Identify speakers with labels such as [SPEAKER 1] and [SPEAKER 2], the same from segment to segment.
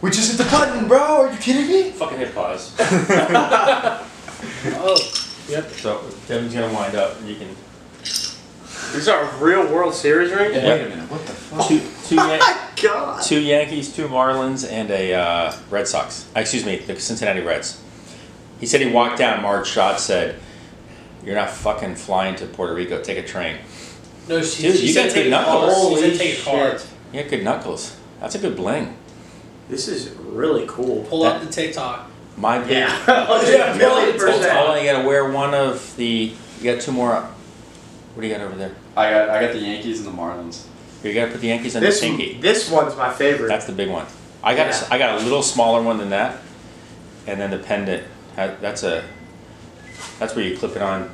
[SPEAKER 1] Which isn't the button, bro. Are you kidding me?
[SPEAKER 2] Fucking hit pause.
[SPEAKER 3] Oh, yep.
[SPEAKER 4] So Devin's gonna wind up, and you can
[SPEAKER 3] These are real World Series rings.
[SPEAKER 4] Yeah.
[SPEAKER 1] Wait a minute. What the fuck? Oh
[SPEAKER 4] two two, Yan-
[SPEAKER 3] God.
[SPEAKER 4] two Yankees, two Marlins, and a uh, Red Sox. Uh, Excuse me, the Cincinnati Reds. He said he walked down. Marge Schott said, "You're not fucking flying to Puerto Rico. Take a train.
[SPEAKER 3] No, she,
[SPEAKER 4] Dude,
[SPEAKER 3] she
[SPEAKER 4] you
[SPEAKER 3] said
[SPEAKER 4] got
[SPEAKER 3] take
[SPEAKER 4] good
[SPEAKER 3] a card.
[SPEAKER 4] knuckles.
[SPEAKER 3] She
[SPEAKER 2] Holy
[SPEAKER 3] said take a
[SPEAKER 2] shit.
[SPEAKER 3] card.
[SPEAKER 4] You got good knuckles. That's a good bling."
[SPEAKER 2] This is really cool.
[SPEAKER 3] Pull up the TikTok.
[SPEAKER 4] My big.
[SPEAKER 2] Oh, yeah, million
[SPEAKER 4] Well,
[SPEAKER 2] percent.
[SPEAKER 4] Paul, you gotta wear one of the. You got two more. What do you got over there?
[SPEAKER 5] I got I got the Yankees and the Marlins.
[SPEAKER 4] You gotta put the Yankees on
[SPEAKER 6] This,
[SPEAKER 4] the pinky.
[SPEAKER 6] this one's my favorite.
[SPEAKER 4] That's the big one. I got a s I got a little smaller one than that, and then the pendant. ha- That's a. That's where you clip it on.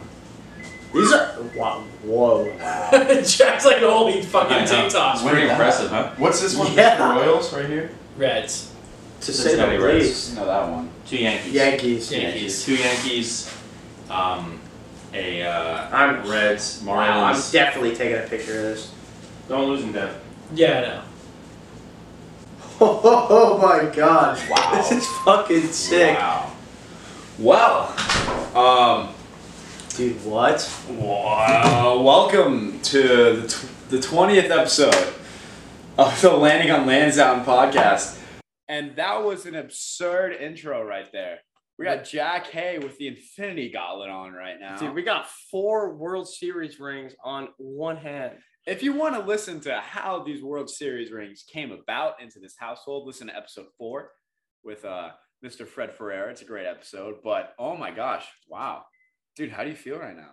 [SPEAKER 6] These are wow, whoa.
[SPEAKER 3] Jack's like, holy
[SPEAKER 4] I
[SPEAKER 3] fucking
[SPEAKER 4] know.
[SPEAKER 3] TikTok.
[SPEAKER 4] Pretty impressive,
[SPEAKER 5] huh?
[SPEAKER 1] What's this one?
[SPEAKER 6] Yeah.
[SPEAKER 1] The Royals right here.
[SPEAKER 3] Reds.
[SPEAKER 6] To say
[SPEAKER 4] Cincinnati
[SPEAKER 6] the
[SPEAKER 4] Reds.
[SPEAKER 6] least.
[SPEAKER 5] No, that one.
[SPEAKER 4] Two Yankees.
[SPEAKER 6] Yankees.
[SPEAKER 3] Yeah.
[SPEAKER 4] Yankees. Two Yankees. Um, a uh,
[SPEAKER 6] I'm
[SPEAKER 4] Reds. Marlins.
[SPEAKER 6] wow. I'm definitely taking a picture of this.
[SPEAKER 4] Don't lose them, Dev.
[SPEAKER 3] Yeah, I know.
[SPEAKER 6] Oh, my god.
[SPEAKER 4] Wow.
[SPEAKER 6] This is fucking sick.
[SPEAKER 4] Wow.
[SPEAKER 5] Well, um,
[SPEAKER 6] Dude, what?
[SPEAKER 5] wow, welcome to the tw- the twentieth episode of the Landing on Lansdowne podcast, and that was an absurd intro right there. We got Jack Hay with the Infinity Gauntlet on right now.
[SPEAKER 3] Dude, we got four World Series rings on one hand.
[SPEAKER 5] If you want to listen to how these World Series rings came about into this household, listen to episode four with uh, Mr. Fred Ferrer. It's a great episode, but oh my gosh, wow. Dude, how do you feel right now?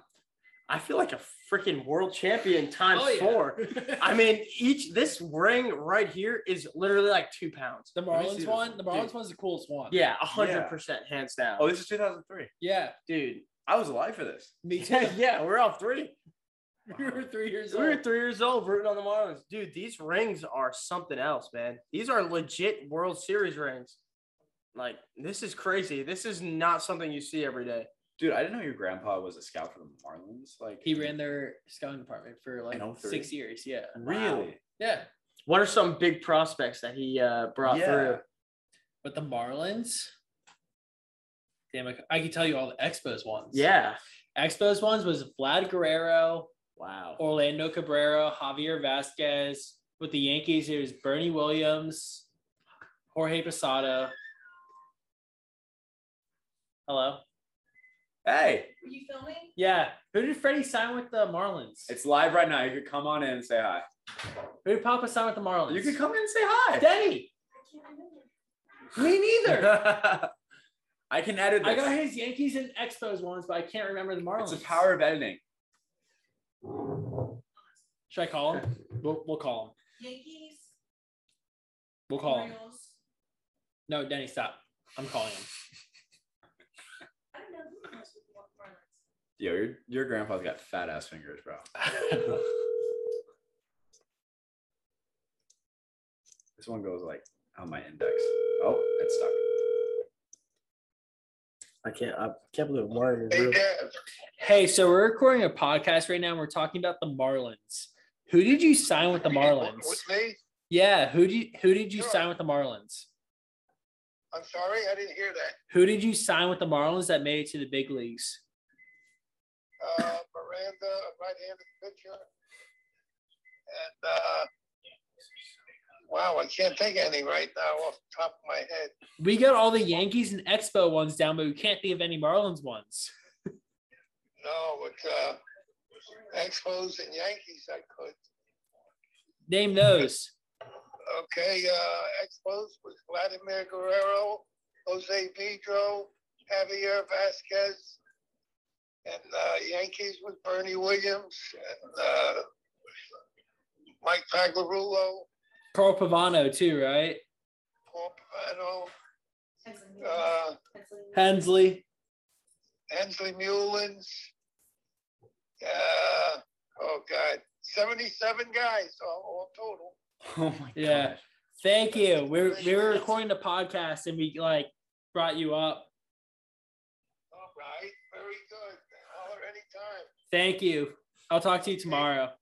[SPEAKER 7] I feel like a freaking world champion times
[SPEAKER 3] Oh, yeah.
[SPEAKER 7] four. I mean, each this ring right here is literally like two pounds.
[SPEAKER 3] The
[SPEAKER 5] Let me see
[SPEAKER 3] Marlins
[SPEAKER 5] this.
[SPEAKER 3] one. The Marlins
[SPEAKER 7] Dude.
[SPEAKER 3] one's the coolest one.
[SPEAKER 7] Yeah, a hundred
[SPEAKER 5] Yeah.
[SPEAKER 7] percent, hands down.
[SPEAKER 5] Oh, this is 2003.
[SPEAKER 3] Yeah.
[SPEAKER 7] dude,
[SPEAKER 5] I was alive for this.
[SPEAKER 3] Me too.
[SPEAKER 7] yeah, yeah, we're all three.
[SPEAKER 3] we were three years
[SPEAKER 7] We were
[SPEAKER 3] old.
[SPEAKER 7] three years old rooting on the Marlins. Dude, these rings are something else, man. These are legit World Series rings. Like, this is crazy. This is not something you see every day.
[SPEAKER 5] Dude, I didn't know your grandpa was a scout for the Marlins. Like
[SPEAKER 3] He ran their scouting department for like
[SPEAKER 5] In 03.
[SPEAKER 3] six years. Yeah.
[SPEAKER 5] Really?
[SPEAKER 3] Yeah.
[SPEAKER 7] What are some big prospects that he uh, brought
[SPEAKER 5] Yeah.
[SPEAKER 7] through?
[SPEAKER 3] But the Marlins. Damn, I, c- I could tell you all the Expos ones.
[SPEAKER 7] Yeah.
[SPEAKER 3] Expos ones was Vlad Guerrero,
[SPEAKER 7] Wow.
[SPEAKER 3] Orlando Cabrera, Javier Vasquez. With the Yankees, it was Bernie Williams, Jorge Posada. Hello.
[SPEAKER 5] Hey,
[SPEAKER 8] Were you filming?
[SPEAKER 3] Yeah. Who did Freddie sign with the Marlins?
[SPEAKER 5] it's live right now. You could come on in and say hi.
[SPEAKER 3] Who did Papa sign with the Marlins?
[SPEAKER 5] You could come in and say hi.
[SPEAKER 3] Denny.
[SPEAKER 8] I can't remember.
[SPEAKER 3] Me neither.
[SPEAKER 5] I can edit this.
[SPEAKER 3] I got his Yankees and Expos ones, but I can't remember the Marlins.
[SPEAKER 5] it's the power of editing.
[SPEAKER 3] Should I call him? We'll, we'll call him.
[SPEAKER 8] Yankees,
[SPEAKER 3] We'll call him.
[SPEAKER 8] Orioles.
[SPEAKER 3] No, Denny, stop. I'm calling him.
[SPEAKER 8] I don't know who else would want Marlins.
[SPEAKER 5] Yo, your, your grandpa's got fat ass fingers, bro. This one goes like on my index. Oh, it's stuck.
[SPEAKER 7] I can't. I can't believe I'm wearing this.
[SPEAKER 3] Hey, so we're recording a podcast right now. And we're talking about the Marlins. Who did you sign with the Marlins?
[SPEAKER 9] With me?
[SPEAKER 3] Yeah, who did who did you
[SPEAKER 9] Sure.
[SPEAKER 3] sign with the Marlins?
[SPEAKER 9] I'm sorry, I didn't hear that.
[SPEAKER 3] Who did you sign with the Marlins that made it to the big leagues?
[SPEAKER 9] Uh, Miranda, a right-handed pitcher. And, uh, wow, I can't think of any right now off the top of my head.
[SPEAKER 3] We got all the Yankees and Expo ones down, but we can't think of any Marlins ones.
[SPEAKER 9] No, but, uh, Expos and Yankees I could.
[SPEAKER 3] Name those.
[SPEAKER 9] Okay, uh, Expos was Vladimir Guerrero, Jose Pedro, Javier Vasquez, and uh, Yankees was Bernie Williams and uh, Mike Paglarullo,
[SPEAKER 3] Carl Pavano too, right?
[SPEAKER 9] Paul Pavano,
[SPEAKER 8] Pennsylvania.
[SPEAKER 9] uh,
[SPEAKER 8] Pennsylvania.
[SPEAKER 3] Hensley.
[SPEAKER 9] Hensley Mullins. Uh, oh God, seventy-seven guys all, all total.
[SPEAKER 5] Oh my
[SPEAKER 3] Yeah. Thank you. We were, we were recording the podcast and we like brought you up.
[SPEAKER 9] All right, very good. Holler anytime.
[SPEAKER 3] Thank you. I'll talk to you tomorrow.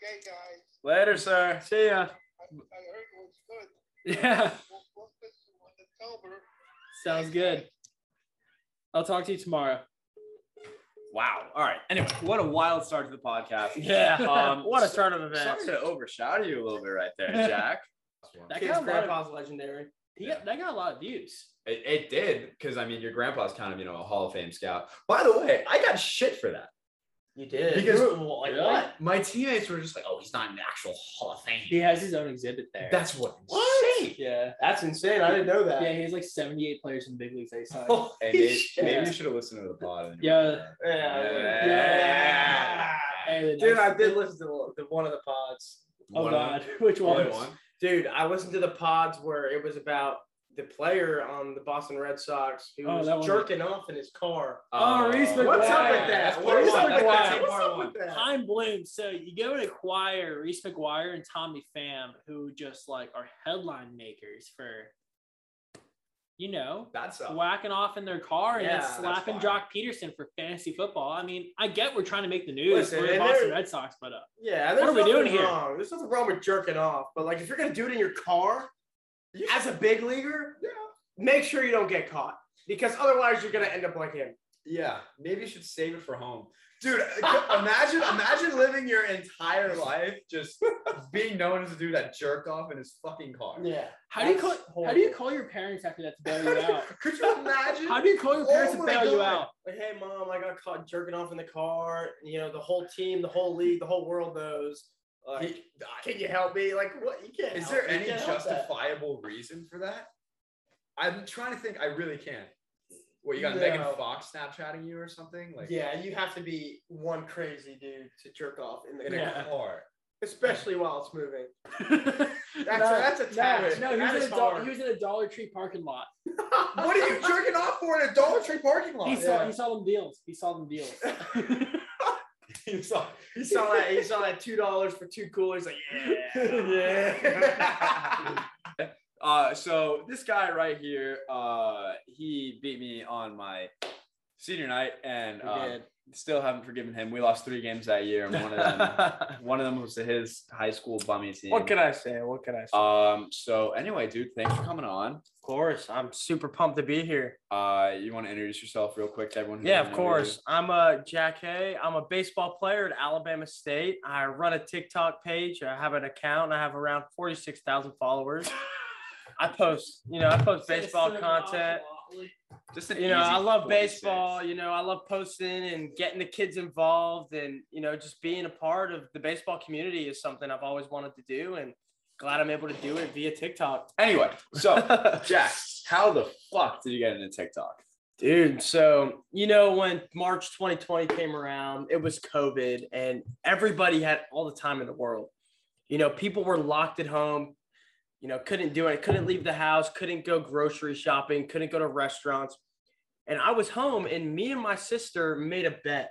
[SPEAKER 9] Okay, guys,
[SPEAKER 5] Later, sir. See ya.
[SPEAKER 9] I, I heard it was good.
[SPEAKER 3] Yeah.
[SPEAKER 9] We'll, we'll see.
[SPEAKER 3] Sounds good. I'll talk to you tomorrow.
[SPEAKER 5] Wow. All right. Anyway, what a wild start to the podcast.
[SPEAKER 7] Yeah.
[SPEAKER 5] Um,
[SPEAKER 7] what a turn of
[SPEAKER 5] Sorry
[SPEAKER 7] events.
[SPEAKER 5] to overshadow you a little bit right there, Jack.
[SPEAKER 7] That
[SPEAKER 3] Kid's grandpa's
[SPEAKER 7] guy's grandpa's legendary.
[SPEAKER 3] He got, that got a lot of views.
[SPEAKER 5] It, it did because I mean your grandpa's kind of you know a Hall of Fame scout. By the way, I got shit for that
[SPEAKER 7] You did.
[SPEAKER 5] Because-
[SPEAKER 7] like what?
[SPEAKER 5] my teammates were just like, "Oh, he's not an actual Hall of Fame."
[SPEAKER 3] He has his own exhibit there.
[SPEAKER 5] That's what. Insane.
[SPEAKER 3] yeah.
[SPEAKER 7] That's insane. I didn't know that.
[SPEAKER 3] Yeah, he has like 78 players in the big leagues. that he signed.
[SPEAKER 5] Hey, maybe,
[SPEAKER 7] shit.
[SPEAKER 5] maybe you should have listened to the pod. and-
[SPEAKER 3] Yeah.
[SPEAKER 7] Yeah.
[SPEAKER 5] Yeah.
[SPEAKER 3] Hey, the
[SPEAKER 7] Dude,
[SPEAKER 3] next-
[SPEAKER 7] I did listen to the- the one of the pods.
[SPEAKER 3] Oh
[SPEAKER 5] One of
[SPEAKER 3] God, which
[SPEAKER 5] them. Only
[SPEAKER 3] one?
[SPEAKER 5] one.
[SPEAKER 7] Dude, I listened to the pods where it was about the player on the Boston Red Sox who
[SPEAKER 3] Oh, that
[SPEAKER 7] was
[SPEAKER 3] one.
[SPEAKER 7] jerking off in his car.
[SPEAKER 3] Oh, Reese
[SPEAKER 5] Uh,
[SPEAKER 7] What's
[SPEAKER 3] Wow.
[SPEAKER 7] up with that?
[SPEAKER 5] That's
[SPEAKER 7] What is
[SPEAKER 5] part
[SPEAKER 7] up
[SPEAKER 5] one.
[SPEAKER 7] with that?
[SPEAKER 3] That's
[SPEAKER 7] What's up with that?
[SPEAKER 3] Pine Bloom. So you go to Choir, Reese McGuire, and Tommy Pham, who just like are headline makers for, you know,
[SPEAKER 5] That's up.
[SPEAKER 3] whacking off in their car
[SPEAKER 7] Yeah,
[SPEAKER 3] and then
[SPEAKER 7] that's
[SPEAKER 3] slapping
[SPEAKER 5] fire.
[SPEAKER 3] Jock Peterson for fantasy football. I mean, I get we're trying to make the news
[SPEAKER 7] Listen,
[SPEAKER 3] for the
[SPEAKER 7] and
[SPEAKER 3] Boston
[SPEAKER 7] they're-
[SPEAKER 3] Red Sox, but uh,
[SPEAKER 7] Yeah,
[SPEAKER 3] What
[SPEAKER 7] there's
[SPEAKER 3] are we
[SPEAKER 7] nothing
[SPEAKER 3] doing here?
[SPEAKER 7] wrong. There's nothing wrong with jerking off, but like if you're gonna do it in your car, as a big leaguer, yeah. make sure you don't get caught because otherwise you're gonna end up like him.
[SPEAKER 5] Yeah, maybe you should save it for home, dude. imagine, imagine living your entire life just being known as a dude that jerked off in his fucking car.
[SPEAKER 7] Yeah.
[SPEAKER 3] how do you call
[SPEAKER 7] That's
[SPEAKER 3] how do you
[SPEAKER 7] horrible.
[SPEAKER 3] call your parents after that to bail you out?
[SPEAKER 5] Could you imagine?
[SPEAKER 3] How do you call your parents
[SPEAKER 5] Oh
[SPEAKER 3] to
[SPEAKER 5] my
[SPEAKER 3] bail you
[SPEAKER 5] God.
[SPEAKER 3] out?
[SPEAKER 7] Like, hey mom, I got caught jerking off in the car. You know, the whole team, the whole league, the whole world knows. Like,
[SPEAKER 5] He-
[SPEAKER 7] can you help me? Like, what? You can't.
[SPEAKER 5] is
[SPEAKER 7] help-
[SPEAKER 5] there
[SPEAKER 7] you
[SPEAKER 5] any
[SPEAKER 7] can't help that.
[SPEAKER 5] justifiable reason for that? I'm trying to think. I really can't. What you got
[SPEAKER 7] No.
[SPEAKER 5] Megan Fox Snapchatting you or something? Like
[SPEAKER 7] Yeah, you have to be one crazy dude to jerk off in the
[SPEAKER 5] in
[SPEAKER 7] car,
[SPEAKER 5] a
[SPEAKER 3] Yeah.
[SPEAKER 5] car.
[SPEAKER 7] especially while it's moving. That's
[SPEAKER 3] No,
[SPEAKER 7] that's a task.
[SPEAKER 3] No, he
[SPEAKER 7] That
[SPEAKER 3] was,
[SPEAKER 7] is
[SPEAKER 3] in a Dol-
[SPEAKER 7] hard.
[SPEAKER 3] he was in a Dollar Tree parking lot.
[SPEAKER 5] What are you jerking off for in a Dollar Tree parking
[SPEAKER 6] Oh,
[SPEAKER 5] lot?
[SPEAKER 3] He saw
[SPEAKER 7] yeah.
[SPEAKER 3] he saw them deals. He saw them deals.
[SPEAKER 5] You saw-
[SPEAKER 7] He saw that. He saw that two dollars for two coolers. Like, yeah,
[SPEAKER 5] uh, so this guy right here, uh, he beat me on my senior night, and uh, still haven't forgiven him. We lost three games that year, and one of them, one of them was to his high school bummy team.
[SPEAKER 7] what can I say? What can I say?
[SPEAKER 5] Um. So anyway, dude, thanks for coming on.
[SPEAKER 7] of course, I'm super pumped to be here.
[SPEAKER 5] Uh, you want to introduce yourself real quick to everyone? who
[SPEAKER 7] Yeah,
[SPEAKER 5] doesn't
[SPEAKER 7] of
[SPEAKER 5] know
[SPEAKER 7] course. I'm a Jack Hay. I'm a baseball player at Alabama State. I run a TikTok page. I have an account. I have around forty-six thousand followers. I post, you know, I post baseball content.
[SPEAKER 5] you? Just an
[SPEAKER 7] you know,
[SPEAKER 5] easy
[SPEAKER 7] I love
[SPEAKER 5] 46.
[SPEAKER 7] baseball. You know, I love posting and getting the kids involved, and you know, just being a part of the baseball community is something I've always wanted to do, and glad I'm able to do it via TikTok.
[SPEAKER 5] Anyway, so Jack, how the fuck did you get into TikTok?
[SPEAKER 7] Dude, so you know when March 2020 came around, it was COVID and everybody had all the time in the world. You know, people were locked at home, you know, couldn't do it, couldn't leave the house, couldn't go grocery shopping, couldn't go to restaurants. And I was home and me and my sister made a bet.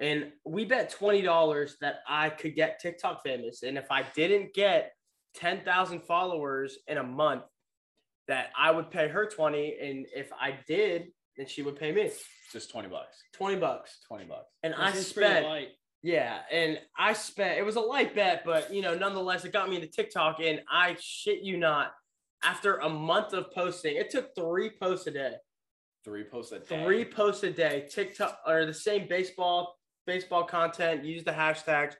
[SPEAKER 7] And we bet $20 that I could get TikTok famous and if I didn't get 10,000 followers in a month that I would pay her 20 and if I did then she would pay me
[SPEAKER 5] Just twenty bucks.
[SPEAKER 7] 20 bucks.
[SPEAKER 5] Twenty bucks.
[SPEAKER 7] And I spent, yeah, and I spent, it was a light bet, but you know, nonetheless, it got me into TikTok. And I shit you not, after a month of posting, it took three posts a day,
[SPEAKER 5] Three posts a day.
[SPEAKER 7] three posts a day, TikTok or the same baseball, baseball content, use the hashtags,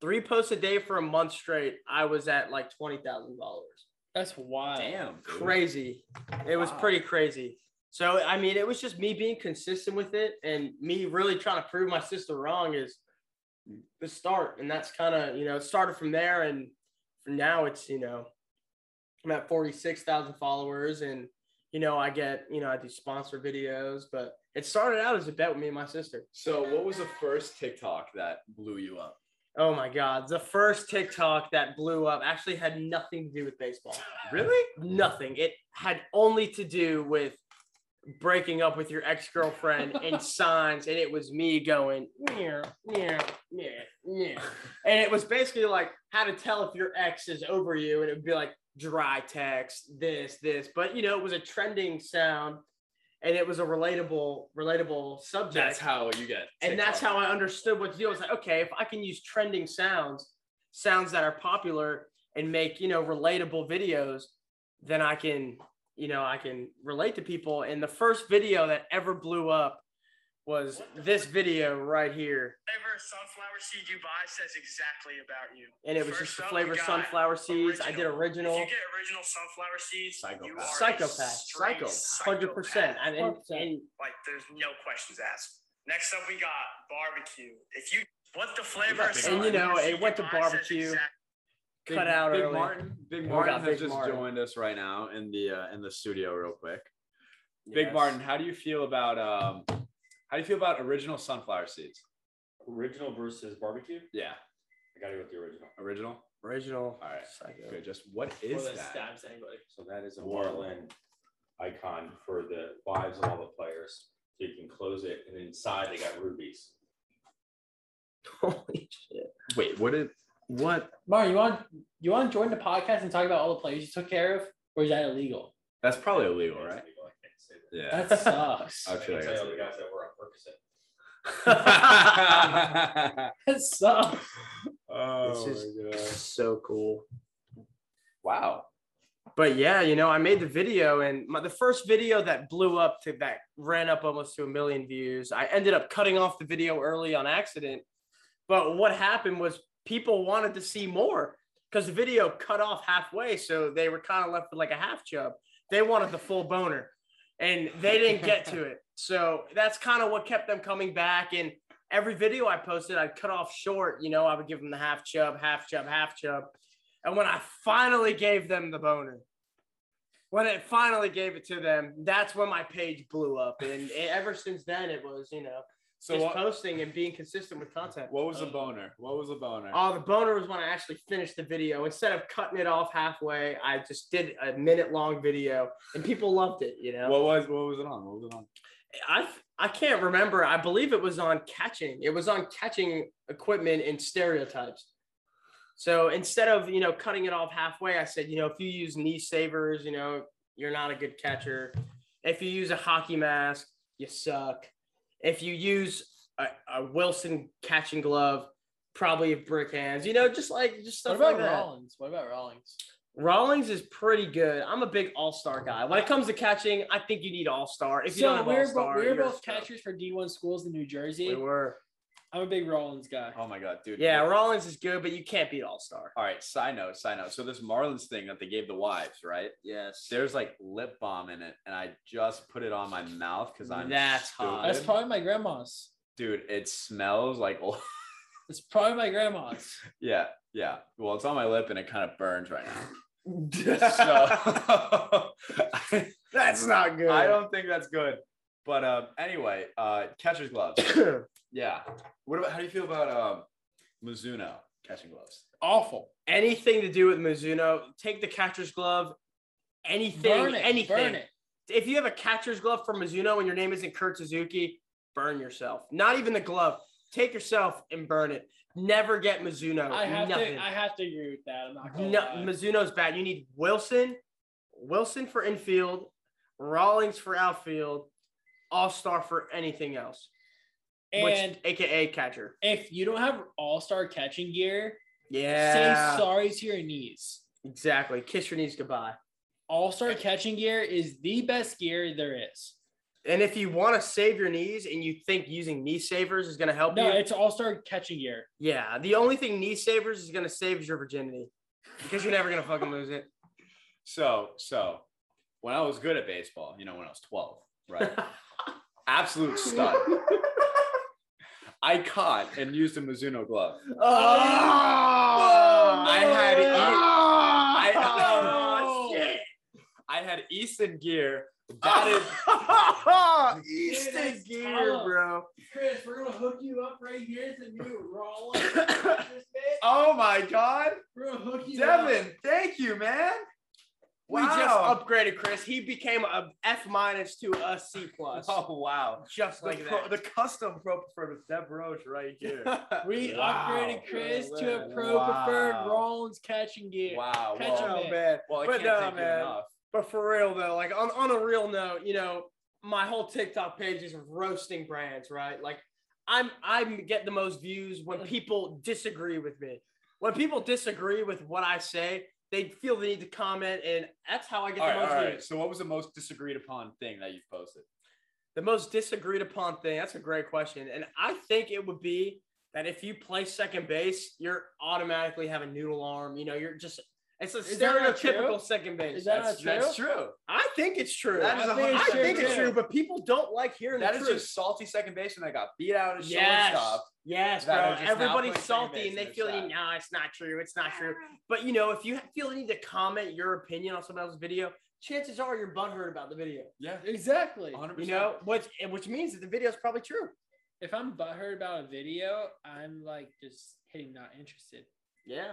[SPEAKER 7] three posts a day for a month straight. I was at like $20,000.
[SPEAKER 3] That's wild.
[SPEAKER 5] Damn. dude.
[SPEAKER 7] crazy. It was
[SPEAKER 5] Wow.
[SPEAKER 7] pretty crazy. So I mean, it was just me being consistent with it and me really trying to prove my sister wrong is the start, and that's kind of you know it started from there, and from now it's you know I'm at forty six thousand followers, and you know I get you know I do sponsor videos, but it started out as a bet with me and my sister.
[SPEAKER 5] So what was the first TikTok that blew you up?
[SPEAKER 7] Oh my God, the first TikTok that blew up actually had nothing to do with baseball.
[SPEAKER 5] Really?
[SPEAKER 7] nothing. It had only to do with breaking up with your ex girlfriend and signs, and it was me going yeah, yeah, yeah, yeah, and it was basically like how to tell if your ex is over you, and it would be like dry text, this, this, but you know, it was a trending sound, and it was a relatable, relatable subject
[SPEAKER 5] That's how you get.
[SPEAKER 7] and that's
[SPEAKER 5] TikTok.
[SPEAKER 7] how I understood what to do. I was like, okay, if I can use trending sounds, sounds that are popular, and make you know relatable videos, then I can you know, I can relate to people. And the first video that ever blew up was this video right here.
[SPEAKER 10] Whatever sunflower seed you buy says exactly about you.
[SPEAKER 7] And it was
[SPEAKER 10] First
[SPEAKER 7] just the
[SPEAKER 10] up,
[SPEAKER 7] flavor
[SPEAKER 10] we got
[SPEAKER 7] sunflower seeds. I did
[SPEAKER 10] original. If
[SPEAKER 7] original.
[SPEAKER 10] you get original sunflower seeds, you are a
[SPEAKER 7] Psychopath.
[SPEAKER 10] straight
[SPEAKER 7] Psycho.
[SPEAKER 10] psychopath.
[SPEAKER 7] 100%. I mean, and
[SPEAKER 10] Like, there's no questions asked. Next up, we got barbecue. If you what the flavor
[SPEAKER 7] And,
[SPEAKER 10] of
[SPEAKER 7] you
[SPEAKER 10] sunflower
[SPEAKER 7] know, it
[SPEAKER 10] seed you
[SPEAKER 7] went to
[SPEAKER 10] buy says
[SPEAKER 7] barbecue.
[SPEAKER 10] exact-
[SPEAKER 5] Big-
[SPEAKER 7] cut out
[SPEAKER 5] Big
[SPEAKER 7] early.
[SPEAKER 5] Martin. Big
[SPEAKER 7] We
[SPEAKER 5] Martin
[SPEAKER 7] got
[SPEAKER 5] has
[SPEAKER 7] Big
[SPEAKER 5] just
[SPEAKER 7] Martin.
[SPEAKER 5] joined us right now in the uh, in the studio, real quick. Big
[SPEAKER 7] Yes.
[SPEAKER 5] Martin, how do you feel about um, how do you feel about original sunflower seeds?
[SPEAKER 4] Original versus barbecue.
[SPEAKER 5] Yeah,
[SPEAKER 4] I gotta go with the original.
[SPEAKER 5] original.
[SPEAKER 7] Original.
[SPEAKER 5] All right.
[SPEAKER 7] Psycho.
[SPEAKER 5] Okay, just what
[SPEAKER 3] Before
[SPEAKER 5] is
[SPEAKER 3] that
[SPEAKER 5] that?
[SPEAKER 3] stabs anybody.
[SPEAKER 4] So that is a
[SPEAKER 5] Whoa.
[SPEAKER 4] Marlin icon for the wives of all the players. So you can close it, and inside they got rubies.
[SPEAKER 7] Holy shit.
[SPEAKER 5] Wait, what is what?
[SPEAKER 3] Martin, you want you want to join the podcast and talk about all the players you took care of, or is that illegal?
[SPEAKER 5] That's probably illegal, right?
[SPEAKER 4] Illegal, I can't say that.
[SPEAKER 5] Yeah.
[SPEAKER 3] That sucks.
[SPEAKER 5] I
[SPEAKER 4] I
[SPEAKER 5] feel
[SPEAKER 4] can
[SPEAKER 5] like
[SPEAKER 4] tell you
[SPEAKER 5] that's
[SPEAKER 4] all the
[SPEAKER 5] illegal.
[SPEAKER 4] guys that were on Percocet.
[SPEAKER 3] that sucks.
[SPEAKER 5] oh
[SPEAKER 7] This
[SPEAKER 5] my God.
[SPEAKER 7] So cool.
[SPEAKER 5] Wow.
[SPEAKER 7] But yeah, you know, I made the video and my, the first video that blew up to that ran up almost to a million views. I ended up cutting off the video early on accident. But what happened was people wanted to see more because the video cut off halfway. So they were kind of left with like a half chub. They wanted the full boner and they didn't get to it. So that's kind of what kept them coming back. And every video I posted, I'd cut off short. You know, I would give them the half chub, half chub, half chub. And when I finally gave them the boner, when it finally gave it to them, that's when my page blew up. And it- ever since then, it was, you know,
[SPEAKER 5] So
[SPEAKER 7] just
[SPEAKER 5] what,
[SPEAKER 7] posting and being consistent with content.
[SPEAKER 5] what was the boner? What was the boner?
[SPEAKER 7] Oh, the boner was when I actually finished the video. Instead of cutting it off halfway, I just did a minute long video and people loved it, you know?
[SPEAKER 5] What was what was it on? What was it on?
[SPEAKER 7] I I can't remember. I believe it was on catching. It was on catching equipment and stereotypes. So instead of you know cutting it off halfway, I said you know if you use knee savers, you know you're not a good catcher. If you use a hockey mask, you suck. If you use a, a Wilson catching glove, probably have brick hands. You know, just like just
[SPEAKER 3] What
[SPEAKER 7] stuff
[SPEAKER 3] about
[SPEAKER 7] like that.
[SPEAKER 3] Rollins? What about Rollins?
[SPEAKER 7] Rawlings is pretty good. I'm a big all star guy. When it comes to catching, I think you need all star. If you don't
[SPEAKER 3] so
[SPEAKER 7] have
[SPEAKER 3] we're bo-
[SPEAKER 7] all-star,
[SPEAKER 3] we're
[SPEAKER 7] you're a
[SPEAKER 3] both
[SPEAKER 7] scrub.
[SPEAKER 3] catchers for D1 schools in New Jersey.
[SPEAKER 7] We were.
[SPEAKER 3] I'm a big Rollins guy.
[SPEAKER 5] Oh my god, dude.
[SPEAKER 7] Yeah, Rollins is good, but you can't beat All Star.
[SPEAKER 5] All right, side note, side note. So this Marlins thing that they gave the wives, right? Yes. There's like lip balm in it, and I just put it on my mouth because I'm
[SPEAKER 7] That's hot.
[SPEAKER 5] stupid.
[SPEAKER 3] That's probably my grandma's.
[SPEAKER 5] dude. It smells like old.
[SPEAKER 3] It's probably my grandma's.
[SPEAKER 5] yeah, yeah. Well, it's on my lip and it kind of burns right now. so
[SPEAKER 7] That's not good.
[SPEAKER 5] I don't think that's good. But um, anyway, uh, catcher's gloves. Yeah. What about how do you feel about um, Mizuno catching gloves?
[SPEAKER 3] Awful.
[SPEAKER 7] anything to do with Mizuno, take the catcher's glove. Anything,
[SPEAKER 3] Burn it.
[SPEAKER 7] anything.
[SPEAKER 3] Burn it.
[SPEAKER 7] If you have a catcher's glove for Mizuno and your name isn't Kurt Suzuki, burn yourself. Not even the glove. Take yourself and burn it. Never get Mizuno.
[SPEAKER 3] I have
[SPEAKER 7] Nothing.
[SPEAKER 3] to. I have to agree with that. I'm not gonna.
[SPEAKER 7] No,
[SPEAKER 3] lie.
[SPEAKER 7] Mizuno's bad. You need Wilson, Wilson for infield, Rawlings for outfield, All Star for anything else,
[SPEAKER 3] and
[SPEAKER 7] which, aka catcher.
[SPEAKER 3] if you don't have all star catching gear, say sorry to your knees.
[SPEAKER 7] exactly. Kiss your knees goodbye.
[SPEAKER 3] All star catching gear is the best gear there is.
[SPEAKER 7] And if you want to save your knees and you think using knee savers is going to help
[SPEAKER 3] No,
[SPEAKER 7] you,
[SPEAKER 3] it's all star catching gear.
[SPEAKER 7] yeah, the only thing knee savers is going to save is your virginity because you're never going to fucking lose it.
[SPEAKER 5] So, so when I was good at baseball, you know, when I was 12, right? Absolute stud. I caught and used a Mizuno glove.
[SPEAKER 7] Oh, Ah!
[SPEAKER 5] I had E- I,
[SPEAKER 7] Oh, shit.
[SPEAKER 5] I had Easton gear. batted
[SPEAKER 7] Easton gear, bro.
[SPEAKER 3] Chris, we're gonna hook you up right here. It's a new Rollins.
[SPEAKER 5] oh my god,
[SPEAKER 3] we're gonna hook you
[SPEAKER 5] Devin! Thank you, man.
[SPEAKER 7] We just upgraded Chris. He became a F minus to a C plus.
[SPEAKER 5] oh wow,
[SPEAKER 7] Just like
[SPEAKER 5] the,
[SPEAKER 7] that.
[SPEAKER 5] pro- the custom pro for Deb Roach right here.
[SPEAKER 3] We
[SPEAKER 5] Wow.
[SPEAKER 3] upgraded Chris to a pro preferred
[SPEAKER 5] Wow.
[SPEAKER 3] Rollins catching gear.
[SPEAKER 5] wow,
[SPEAKER 3] Catch
[SPEAKER 5] well,
[SPEAKER 3] him.
[SPEAKER 7] Oh,
[SPEAKER 3] man.
[SPEAKER 7] man.
[SPEAKER 5] well, I
[SPEAKER 7] But
[SPEAKER 5] can't
[SPEAKER 7] no,
[SPEAKER 5] thank you
[SPEAKER 7] man.
[SPEAKER 5] enough.
[SPEAKER 7] But for real though, like on, on a real note, you know, my whole TikTok page is roasting brands, right? Like I'm I get
[SPEAKER 3] Mm.
[SPEAKER 7] the most views when people disagree with me. When people disagree with what I say, they feel the need to comment, and that's how I get
[SPEAKER 5] All
[SPEAKER 7] the
[SPEAKER 5] right, all
[SPEAKER 7] most
[SPEAKER 5] right.
[SPEAKER 7] views.
[SPEAKER 5] So, what was the most disagreed upon thing that you've posted?
[SPEAKER 7] The most disagreed upon thing. That's a great question, and I think it would be that if you play second base, you're automatically have a noodle arm. You know, you're just it's a
[SPEAKER 3] Is that not true?
[SPEAKER 7] stereotypical second base.
[SPEAKER 3] Is that
[SPEAKER 5] that's,
[SPEAKER 3] not true?
[SPEAKER 5] that's true.
[SPEAKER 7] I think it's true.
[SPEAKER 5] That
[SPEAKER 7] I
[SPEAKER 5] is a
[SPEAKER 7] think,
[SPEAKER 5] hundred
[SPEAKER 7] it's, I think
[SPEAKER 5] percent
[SPEAKER 7] it's
[SPEAKER 5] true.
[SPEAKER 7] true, but people don't like hearing
[SPEAKER 5] That
[SPEAKER 7] the
[SPEAKER 5] is
[SPEAKER 7] truth.
[SPEAKER 5] just salty second baseman that got beat out at
[SPEAKER 7] yes,
[SPEAKER 5] shortstop.
[SPEAKER 7] yes,
[SPEAKER 5] that are
[SPEAKER 7] bro.
[SPEAKER 5] just now playing second
[SPEAKER 7] Everybody's
[SPEAKER 5] base
[SPEAKER 7] salty and
[SPEAKER 5] and
[SPEAKER 7] they
[SPEAKER 5] they're
[SPEAKER 7] feel
[SPEAKER 5] sad.
[SPEAKER 7] you. No, it's not true. It's not true. But you know, if you feel the need to comment your opinion on someone else's video, chances are you're butthurt about the video.
[SPEAKER 5] Yeah,
[SPEAKER 3] Exactly.
[SPEAKER 5] 100%.
[SPEAKER 7] You know, which which means that the video is probably true.
[SPEAKER 3] If I'm butthurt about a video, I'm like just hitting not interested.
[SPEAKER 7] Yeah.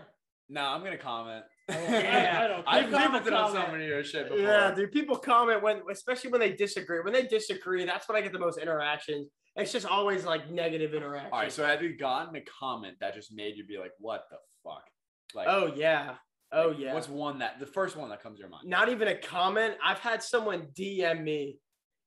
[SPEAKER 5] Nah, I'm gonna comment.
[SPEAKER 7] Oh,
[SPEAKER 3] I- I don't care.
[SPEAKER 5] I've
[SPEAKER 3] Click on the
[SPEAKER 5] commented on so
[SPEAKER 3] comment.
[SPEAKER 5] many of your shit before.
[SPEAKER 7] Yeah, dude. People comment when, especially when they disagree. When they disagree, that's when I get the most interactions. It's just always like negative interactions.
[SPEAKER 5] All right, so have you gotten a comment that just made you be like, "What the fuck"? Like,
[SPEAKER 7] oh yeah, oh
[SPEAKER 5] like,
[SPEAKER 7] yeah.
[SPEAKER 5] What's one that the first one that comes to your mind?
[SPEAKER 7] not even a comment. I've had someone DM me,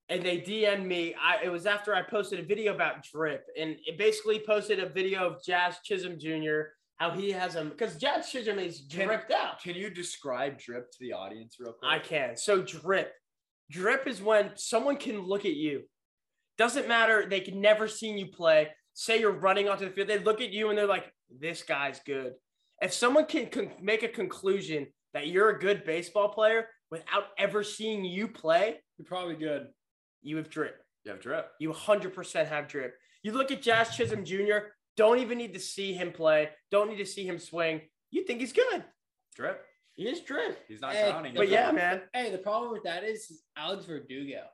[SPEAKER 7] and they DM me. I it was after I posted a video about drip, and it basically posted a video of Jazz Chisholm Jr. How he has him because Jazz Chisholm is
[SPEAKER 5] Can-
[SPEAKER 7] dripped out.
[SPEAKER 5] Can you describe drip to the audience real quick?
[SPEAKER 7] I can. So drip, drip is when someone can look at you. Doesn't matter. They can never seen you play. Say you're running onto the field. They look at you and they're like, "This guy's good." If someone can con- make a conclusion that you're a good baseball player without ever seeing you play,
[SPEAKER 3] You're probably good.
[SPEAKER 7] you have drip.
[SPEAKER 5] You have drip.
[SPEAKER 7] You 100% have drip. You look at Jazz Chisholm Jr. Don't even need to see him play. Don't need to see him swing. You think he's good.
[SPEAKER 5] Drip.
[SPEAKER 7] He is drip.
[SPEAKER 5] He's not
[SPEAKER 3] Hey,
[SPEAKER 5] drowning.
[SPEAKER 7] But yeah, man.
[SPEAKER 3] Hey, the problem with that is, is Alex Verdugo.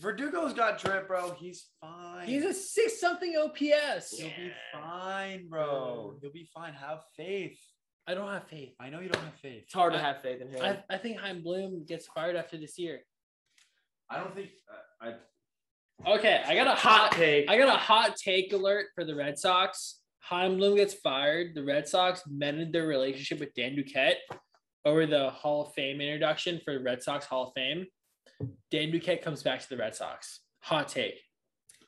[SPEAKER 5] Verdugo's got drip, bro. He's fine.
[SPEAKER 3] He's a six something OPS.
[SPEAKER 5] He'll be fine, bro. He'll be fine. Have faith.
[SPEAKER 3] I don't have faith.
[SPEAKER 5] I know you don't have faith.
[SPEAKER 7] It's hard to
[SPEAKER 3] I-
[SPEAKER 7] have faith in him.
[SPEAKER 3] I, I think Heim Bloom gets fired after this year.
[SPEAKER 5] I don't think I. I
[SPEAKER 3] Okay, I got a
[SPEAKER 7] hot
[SPEAKER 3] hot
[SPEAKER 7] take.
[SPEAKER 3] I got a hot take alert for the Red Sox. Heim Bloom gets fired. The Red Sox mended their relationship with Dan Duquette over the Hall of Fame introduction for the Red Sox Hall of Fame. Dan Duquette comes back to the Red Sox. Hot take.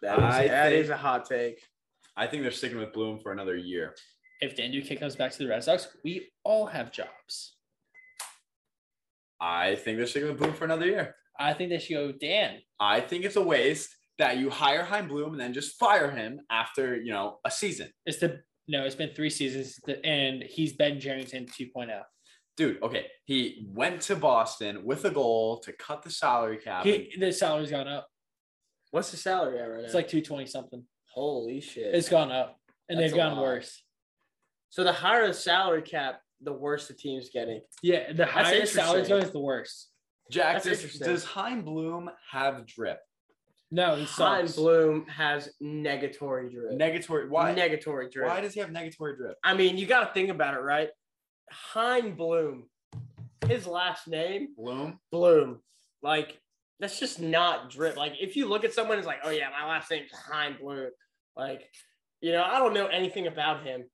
[SPEAKER 5] that is,
[SPEAKER 7] that is a hot take.
[SPEAKER 5] I think they're sticking with Bloom for another year.
[SPEAKER 3] If Dan Duquette comes back to the Red Sox, we all have jobs.
[SPEAKER 5] I think they're sticking with Bloom for another year.
[SPEAKER 3] I think they should go with Dan.
[SPEAKER 5] I think it's a waste that you hire Heim Bloom and then just fire him after you know a season,
[SPEAKER 3] It's the no, it's been three seasons, and he's Ben Jarrington oh. 2.0.
[SPEAKER 5] dude. Okay, he went to Boston with a goal to cut the salary cap.
[SPEAKER 3] He, the salary's gone up.
[SPEAKER 7] What's the salary at right now?
[SPEAKER 3] It's like 220 something.
[SPEAKER 7] holy shit.
[SPEAKER 3] It's gone up, and
[SPEAKER 5] That's
[SPEAKER 3] they've
[SPEAKER 5] a
[SPEAKER 3] gone
[SPEAKER 5] lot.
[SPEAKER 3] worse.
[SPEAKER 7] so the higher the salary cap, the worse the team's getting.
[SPEAKER 3] Yeah, the higher the salary's
[SPEAKER 7] interesting.
[SPEAKER 3] going is the worse.
[SPEAKER 5] Jack,
[SPEAKER 7] That's
[SPEAKER 5] does,
[SPEAKER 7] interesting.
[SPEAKER 5] does Heim Bloom have drip?
[SPEAKER 3] No, he
[SPEAKER 7] Sign
[SPEAKER 3] Oh, sucks.
[SPEAKER 7] Bloom has negatory drip.
[SPEAKER 5] Negatory. Why?
[SPEAKER 7] Negatory drip.
[SPEAKER 5] why does he have negatory drip?
[SPEAKER 7] I mean, you got to think about it, right? Hein Bloom, his last name
[SPEAKER 5] Bloom.
[SPEAKER 7] Bloom. Like that's just not drip. Like if you look at someone, it's like, oh yeah, my last name's Hein Bloom. Like, you know, I don't know anything about him,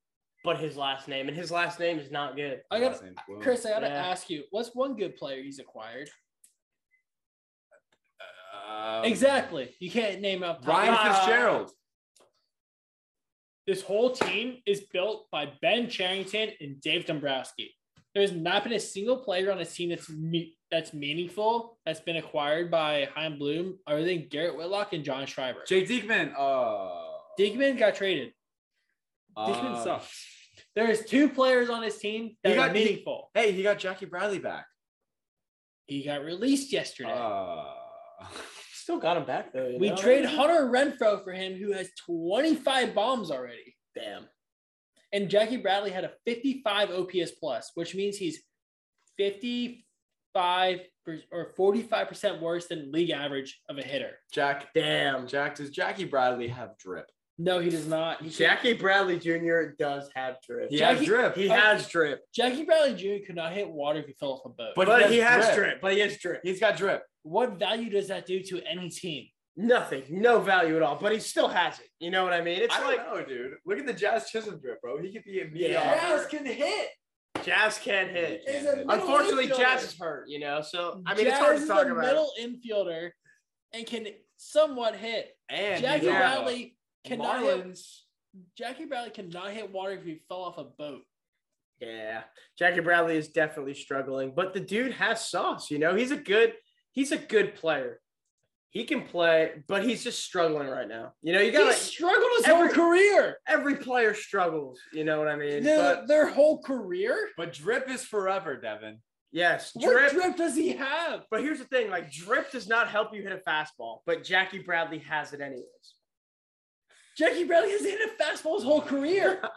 [SPEAKER 7] but his last name and his last name is not good.
[SPEAKER 3] I
[SPEAKER 5] Last
[SPEAKER 3] got
[SPEAKER 5] name's Bloom.
[SPEAKER 3] Chris. I gotta
[SPEAKER 7] Yeah.
[SPEAKER 3] ask you, what's one good player he's acquired?
[SPEAKER 5] Um,
[SPEAKER 3] exactly. Ah. You can't name up. top.
[SPEAKER 5] Ryan
[SPEAKER 7] Uh,
[SPEAKER 5] Fitzgerald.
[SPEAKER 3] This whole team is built by Ben Charrington and Dave Dombrowski. There's not been a single player on a team that's me- that's meaningful that's been acquired by Heim Bloom other than Garrett Whitlock and John Schreiber.
[SPEAKER 5] Jay Diekman. Uh,
[SPEAKER 3] Digman got traded. Digman
[SPEAKER 5] uh,
[SPEAKER 3] sucks. There's two players on his team
[SPEAKER 5] He
[SPEAKER 3] that
[SPEAKER 5] got-
[SPEAKER 3] are meaningful.
[SPEAKER 5] Hey, he got Jackie Bradley back.
[SPEAKER 3] He got released yesterday.
[SPEAKER 5] Uh,
[SPEAKER 7] Still got him back though. you
[SPEAKER 3] we
[SPEAKER 7] know?
[SPEAKER 3] trade Hunter Renfro for him, who has 25 bombs already.
[SPEAKER 7] Damn.
[SPEAKER 3] And Jackie Bradley had a 55 OPS plus, which means he's 55 per- or 45% worse than league average of a hitter.
[SPEAKER 5] Jack,
[SPEAKER 7] Damn.
[SPEAKER 5] Jack, does Jackie Bradley have drip?
[SPEAKER 3] No, he does not. He could-
[SPEAKER 7] Jackie Bradley Jr. does have drip.
[SPEAKER 5] He
[SPEAKER 3] Jackie-
[SPEAKER 5] has drip.
[SPEAKER 7] He has drip,
[SPEAKER 3] Jackie Bradley Jr. could not hit water if he fell off a boat.
[SPEAKER 5] But-
[SPEAKER 7] but,
[SPEAKER 5] he has
[SPEAKER 7] he has
[SPEAKER 5] drip.
[SPEAKER 7] drip. But he has drip.
[SPEAKER 5] He's got drip.
[SPEAKER 3] what value does that do to any team?
[SPEAKER 7] Nothing, no value at all. But he still has it. You know what I mean? It's
[SPEAKER 5] I don't
[SPEAKER 7] like
[SPEAKER 5] know, dude. Look at the Jazz Chisholm drip, bro. He could be a mediocre.
[SPEAKER 7] Yeah. Jazz
[SPEAKER 3] can hit.
[SPEAKER 7] Jazz can't hit.
[SPEAKER 5] He's
[SPEAKER 1] a
[SPEAKER 5] a-
[SPEAKER 7] Unfortunately,
[SPEAKER 3] infielder.
[SPEAKER 7] Jazz is hurt. You know, so I mean, it's hard
[SPEAKER 3] is
[SPEAKER 7] to talk
[SPEAKER 3] a
[SPEAKER 7] about.
[SPEAKER 3] middle infielder and can somewhat hit.
[SPEAKER 5] and
[SPEAKER 3] Jackie
[SPEAKER 5] he's on the
[SPEAKER 3] Bradley cannot hit.
[SPEAKER 5] Marlins.
[SPEAKER 3] Jackie Bradley cannot hit water if he fell off a boat.
[SPEAKER 7] Yeah. Jackie Bradley is definitely struggling, but the dude has sauce, you know. He's a good he's a good player. He can play, but he's just struggling right now. You know, you got
[SPEAKER 3] he
[SPEAKER 7] to
[SPEAKER 3] struggled his
[SPEAKER 7] every-
[SPEAKER 3] whole career.
[SPEAKER 7] every player struggles, you know what I mean?
[SPEAKER 3] Their,
[SPEAKER 7] But
[SPEAKER 3] their whole career.
[SPEAKER 5] But drip is forever, Devin.
[SPEAKER 7] yes,
[SPEAKER 3] What
[SPEAKER 7] drip,
[SPEAKER 3] drip does he have?
[SPEAKER 7] but here's the thing, like drip does not help you hit a fastball, but Jackie Bradley has it anyways.
[SPEAKER 3] Jackie Bradley has hit a fastball his whole career.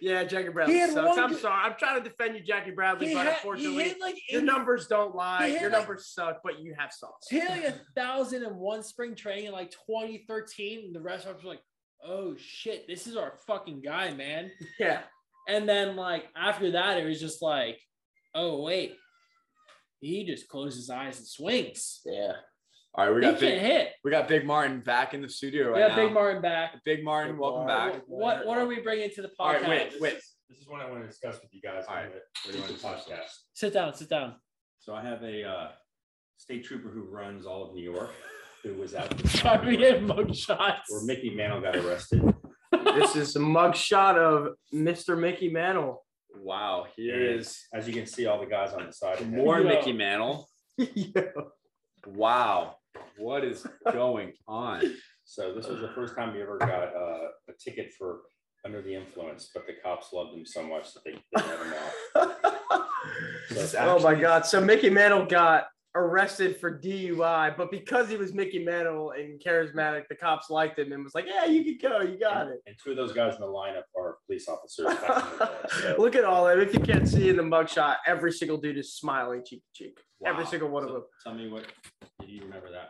[SPEAKER 7] Yeah, Jackie Bradley
[SPEAKER 3] He had
[SPEAKER 7] sucks.
[SPEAKER 3] one
[SPEAKER 7] I'm
[SPEAKER 3] good-
[SPEAKER 7] sorry. I'm trying to defend you, Jackie Bradley,
[SPEAKER 3] He,
[SPEAKER 7] but
[SPEAKER 3] had, he
[SPEAKER 7] unfortunately,
[SPEAKER 3] hit like
[SPEAKER 7] your
[SPEAKER 3] 80
[SPEAKER 7] numbers don't lie.
[SPEAKER 3] he hit
[SPEAKER 7] Your
[SPEAKER 3] like-
[SPEAKER 7] numbers suck, but you have sauce.
[SPEAKER 3] he hit like a thousand and one spring training in like 2013. And the rest of us were like, oh shit, this is our fucking guy, man.
[SPEAKER 7] Yeah.
[SPEAKER 3] And then like after that, it was just like, oh wait, he just closes his eyes and swings.
[SPEAKER 7] Yeah.
[SPEAKER 5] All right, we
[SPEAKER 3] he
[SPEAKER 5] got big.
[SPEAKER 3] can't hit.
[SPEAKER 5] We got Big Martin back in the studio right
[SPEAKER 3] yeah,
[SPEAKER 5] now.
[SPEAKER 3] Big Martin back.
[SPEAKER 5] Big Martin,
[SPEAKER 7] Big
[SPEAKER 5] welcome
[SPEAKER 7] Martin.
[SPEAKER 5] back.
[SPEAKER 3] What what are we bringing to the podcast?
[SPEAKER 5] All right, wait, wait.
[SPEAKER 10] This is what I want to discuss with you guys.
[SPEAKER 5] All right.
[SPEAKER 10] We're doing a podcast.
[SPEAKER 3] Sit down, sit down.
[SPEAKER 10] So I have a uh, state trooper who runs all of New York, who was out.
[SPEAKER 3] Sorry, we get mug shots.
[SPEAKER 10] Where Mickey Mantle got arrested.
[SPEAKER 7] this is a mugshot of Mr. Mickey Mantle.
[SPEAKER 5] Wow, here
[SPEAKER 10] Yeah.
[SPEAKER 5] is
[SPEAKER 10] As you can see, all the guys on the side. of him.
[SPEAKER 5] more
[SPEAKER 3] Yo.
[SPEAKER 5] Mickey Mantle.
[SPEAKER 7] yeah.
[SPEAKER 5] Wow, what is going on?
[SPEAKER 10] So this was the first time he ever got uh, a ticket for under the influence, but the cops loved him so much that they, they let him out.
[SPEAKER 5] This is
[SPEAKER 7] oh my
[SPEAKER 5] actually-
[SPEAKER 7] God. So Mickey Mantle got arrested for DUI, but because he was Mickey Mantle and charismatic, the cops liked him and was like, yeah, you can go. You got
[SPEAKER 10] and,
[SPEAKER 7] it.
[SPEAKER 10] and two of those guys in the lineup are police officers. back in the day. So
[SPEAKER 7] Look at all of them. If you can't see in the mugshot, every single dude is smiling cheek to cheek. Every
[SPEAKER 5] Wow.
[SPEAKER 7] single one of
[SPEAKER 10] So-
[SPEAKER 7] them.
[SPEAKER 10] Tell me what do you remember that?